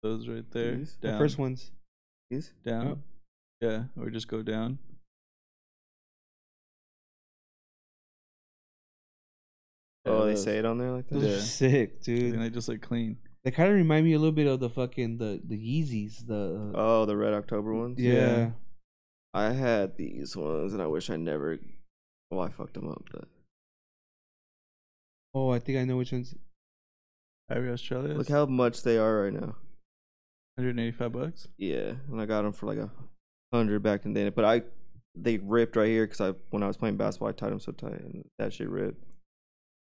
Speaker 1: those right there.
Speaker 3: These?
Speaker 1: Down,
Speaker 2: The first ones.
Speaker 3: These?
Speaker 1: down.
Speaker 2: Up.
Speaker 1: Yeah, or just go down.
Speaker 3: Oh,
Speaker 1: Yeah,
Speaker 3: they
Speaker 1: those.
Speaker 3: say it on there like that.
Speaker 2: Those
Speaker 1: Yeah.
Speaker 2: are sick, dude.
Speaker 1: And they just look clean.
Speaker 2: They kind of remind me a little bit of the fucking the the Yeezys. The uh,
Speaker 3: Oh, the Red October ones.
Speaker 2: yeah.
Speaker 1: yeah.
Speaker 3: I had these ones, and I wish I never. Well, I fucked them up, but
Speaker 2: Oh, I think I know which ones.
Speaker 1: Ivory Australia,
Speaker 3: look how much they are right now.
Speaker 1: 185 bucks.
Speaker 3: Yeah, and I got them for like a hundred back in the day. But I, they ripped right here because I when I was playing basketball, I tied them so tight, and that shit ripped.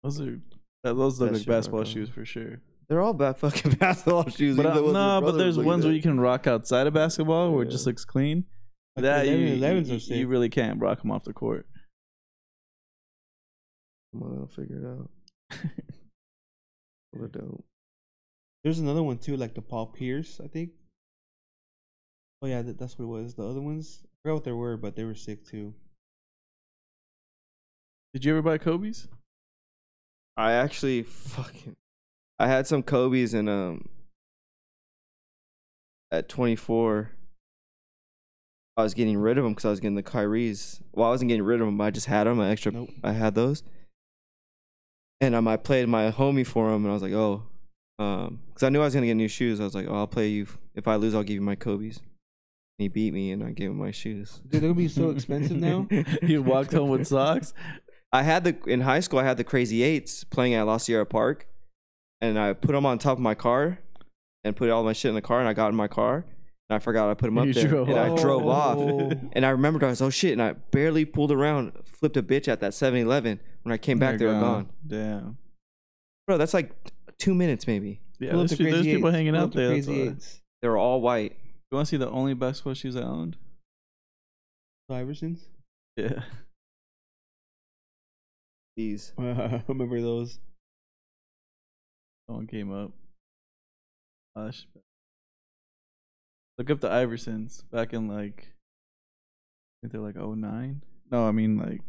Speaker 1: Those are that, those look
Speaker 3: That
Speaker 1: like
Speaker 3: shit rock
Speaker 1: basketball
Speaker 3: on.
Speaker 1: shoes for sure.
Speaker 3: They're all bad fucking basketball shoes.
Speaker 1: But
Speaker 3: even
Speaker 1: uh,
Speaker 3: the ones my
Speaker 1: no, but
Speaker 3: brother
Speaker 1: there's
Speaker 3: was looking
Speaker 1: ones where
Speaker 3: at.
Speaker 1: you can rock outside of basketball where it
Speaker 3: Yeah.
Speaker 1: just looks clean.
Speaker 2: Like
Speaker 1: that
Speaker 2: the
Speaker 1: you,
Speaker 2: 11s
Speaker 1: you,
Speaker 2: are
Speaker 1: you
Speaker 2: sick.
Speaker 1: really can't rock them off the court.
Speaker 3: Come on, I'll figure it out. Those are dope.
Speaker 2: There's another one too, like the Paul Pierce, I think. Oh yeah, that, that's what it was. The other ones, I forgot what they were, but they were sick too.
Speaker 1: Did you ever buy Kobe's?
Speaker 3: I actually fucking, I had some Kobe's and um. At 24, I was getting rid of them because I was getting the Kyrie's. Well, I wasn't getting rid of them. I just had them. I extra
Speaker 2: Nope.
Speaker 3: I had those. And um, I played my homie for him, and I was like, oh, because I knew I was gonna get new shoes. I was like, oh, I'll play you. If I lose, I'll give you my Kobe's. And he beat me, and I gave him my shoes.
Speaker 2: Dude, they're gonna be so expensive now.
Speaker 1: you walked home with socks.
Speaker 3: I had the in high school. I had the Crazy Eights playing at La Sierra Park, and I put them on top of my car, and put all my shit in the car. And I got in my car, and I forgot I put them up
Speaker 1: You
Speaker 3: there,
Speaker 1: drove
Speaker 3: and I drove off.
Speaker 2: Oh.
Speaker 3: And I remembered I was oh shit, and I barely pulled around, flipped a bitch at that 7-Eleven. When I came back, they
Speaker 1: They're
Speaker 3: were gone.
Speaker 1: Oh Damn.
Speaker 3: Bro, that's like two minutes maybe.
Speaker 1: Yeah,
Speaker 2: Pull up
Speaker 1: there's,
Speaker 2: the
Speaker 1: pe- there's
Speaker 2: Crazy
Speaker 1: people
Speaker 2: Eights.
Speaker 1: hanging
Speaker 2: Pull up
Speaker 1: out
Speaker 2: the
Speaker 1: there. That's
Speaker 2: Crazy
Speaker 1: why.
Speaker 2: Eights.
Speaker 3: They were all white.
Speaker 1: You want to see the only basketball shoes I owned?
Speaker 2: The Iversons.
Speaker 1: Yeah.
Speaker 3: These.
Speaker 2: I remember those.
Speaker 1: Someone came up. Gosh. Look up the Iversons back in like, I think they're like 09. No, I mean like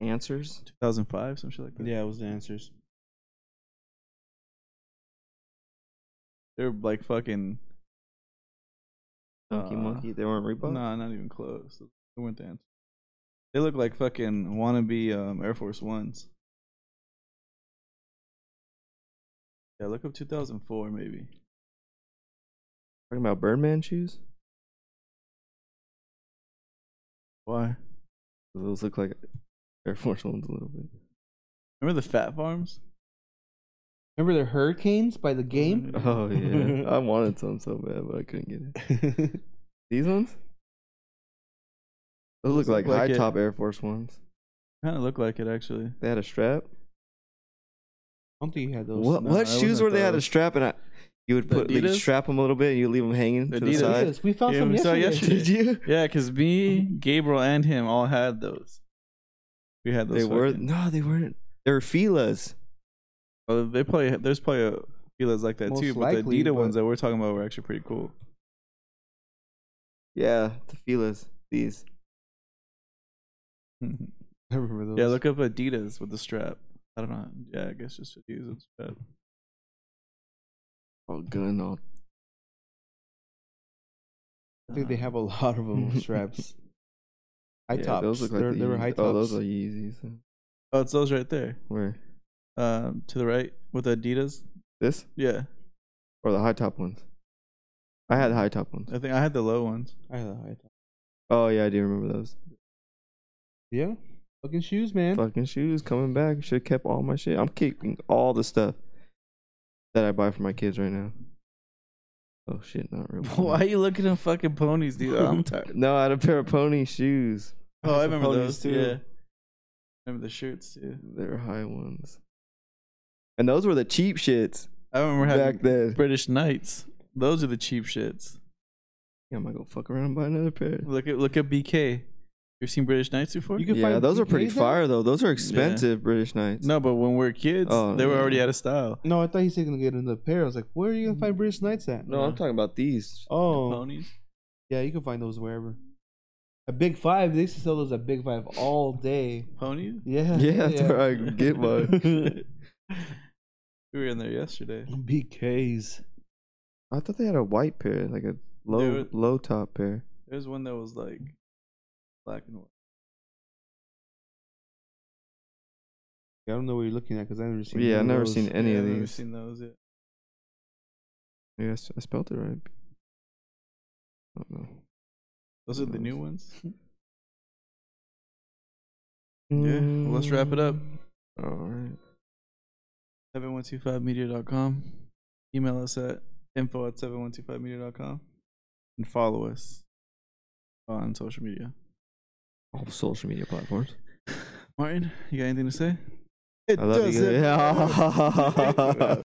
Speaker 3: Answers.
Speaker 1: 2005, some shit like that.
Speaker 2: Yeah, it was the answers.
Speaker 1: They're like fucking.
Speaker 3: Monkey
Speaker 1: Uh,
Speaker 3: monkey. They weren't Reebok?
Speaker 1: No, not even close. They weren't the answer. They look like fucking wannabe um, Air Force Ones. Yeah, look up 2004 maybe.
Speaker 3: Talking about Birdman shoes?
Speaker 1: Why?
Speaker 3: Those look like Air Force Ones a little bit.
Speaker 1: Remember the Fat Farms?
Speaker 2: Remember the Hurricanes by the game?
Speaker 1: Uh-huh.
Speaker 3: Oh yeah. I wanted some so bad, but I couldn't get it. These ones? Those look
Speaker 1: Those
Speaker 3: like
Speaker 1: look like
Speaker 3: high
Speaker 1: it.
Speaker 3: top Air Force ones.
Speaker 1: Kind of look like it actually.
Speaker 3: They had a strap.
Speaker 2: I don't think you had those.
Speaker 3: what
Speaker 1: no,
Speaker 3: what
Speaker 1: I
Speaker 3: shoes
Speaker 1: wasn't
Speaker 3: were they had a
Speaker 1: those.
Speaker 3: strap and I you would
Speaker 1: The
Speaker 3: put you
Speaker 1: Adidas?
Speaker 3: strap them a little bit and you leave them hanging to the
Speaker 1: Adidas.
Speaker 3: side.
Speaker 2: Jesus, we found
Speaker 1: Yeah,
Speaker 2: some
Speaker 1: we saw
Speaker 2: yesterday.
Speaker 1: yesterday.
Speaker 3: Did you?
Speaker 1: Yeah, cause me, Gabriel, and him all had those. We had those.
Speaker 3: They were
Speaker 1: fucking-
Speaker 3: no, they weren't. They were Fila's.
Speaker 1: Uh, they probably there's probably a filas like that
Speaker 2: Most
Speaker 1: too, but
Speaker 2: likely,
Speaker 1: the Adidas ones
Speaker 2: but-
Speaker 1: that we're talking about were actually pretty cool.
Speaker 5: Yeah, the Fila's. These.
Speaker 2: I remember those.
Speaker 1: Mm-hmm. Yeah, look up Adidas with the strap. I don't know. Yeah, I guess just Adidas with the strap.
Speaker 3: All gun, all
Speaker 2: I think they have a lot of them with straps. High
Speaker 3: yeah,
Speaker 2: tops.
Speaker 3: Those look like
Speaker 2: They're-
Speaker 3: the
Speaker 2: they were
Speaker 3: Yeezys.
Speaker 2: high tops.
Speaker 3: Oh, those are Yeezys.
Speaker 1: Oh, it's those right there.
Speaker 3: Where
Speaker 1: Um, to the right with Adidas.
Speaker 3: this
Speaker 1: Yeah,
Speaker 3: or the high top ones? I had the high top ones.
Speaker 1: I think I had the low ones.
Speaker 2: I had a high top.
Speaker 3: Oh yeah, I do remember those.
Speaker 2: Yeah. Fucking shoes, man.
Speaker 3: Fucking shoes coming back. Should have kept all my shit. I'm keeping all the stuff that I buy for my kids right now. Oh shit, not real.
Speaker 1: Why are
Speaker 3: ponies.
Speaker 1: you looking at fucking ponies, dude? I'm tired.
Speaker 3: No, I had a pair of pony shoes.
Speaker 1: Oh,
Speaker 3: had
Speaker 1: I
Speaker 3: some
Speaker 1: remember
Speaker 3: ponies,
Speaker 1: those. Too. Yeah, remember the shirts too.
Speaker 3: They're high ones. And those were the cheap shits
Speaker 1: I remember having
Speaker 3: back then.
Speaker 1: British Knights. Those are the cheap shits.
Speaker 3: Yeah, I'm gonna go fuck around and buy another pair.
Speaker 1: Look at look at BK. You've seen British Knights before?
Speaker 2: You can
Speaker 3: Yeah,
Speaker 2: find
Speaker 3: those are
Speaker 2: BKs
Speaker 3: pretty
Speaker 2: now?
Speaker 3: fire though. Those are expensive British nights.
Speaker 1: no, but when we were kids,
Speaker 3: Oh,
Speaker 1: they were
Speaker 3: yeah.
Speaker 1: already out of style.
Speaker 2: No, I thought he said gonna get another pair. I was like, where are you gonna find British Knights at?
Speaker 3: Mm. no, I'm talking about these.
Speaker 2: Oh,
Speaker 1: Ponies.
Speaker 2: yeah, you can find those wherever. At Big Five, they used to sell those at Big Five all day.
Speaker 1: Ponies?
Speaker 2: Yeah.
Speaker 3: Yeah, that's where I get mine.
Speaker 1: we were in there yesterday.
Speaker 2: BKs.
Speaker 3: I thought they had a white pair, like a low
Speaker 1: Dude.
Speaker 3: low top pair.
Speaker 1: There's one that was like black and white.
Speaker 2: Yeah, I don't know what you're looking at because I've never seen. none
Speaker 3: Yeah, I've
Speaker 2: of
Speaker 3: never
Speaker 2: those.
Speaker 3: seen any
Speaker 1: Yeah,
Speaker 3: of
Speaker 1: I've never
Speaker 3: these.
Speaker 1: seen those yet.
Speaker 3: Maybe I, s- I spelled it right. I don't know.
Speaker 1: Those are the
Speaker 3: Those.
Speaker 1: new ones. Yeah,
Speaker 3: Mm.
Speaker 1: well, let's wrap it up.
Speaker 3: All right.
Speaker 1: 7125media.com. Email us at info at 7125media.com. And follow us on social media.
Speaker 3: All social media platforms.
Speaker 1: Martin, you got anything to say? It
Speaker 3: I love you. guys.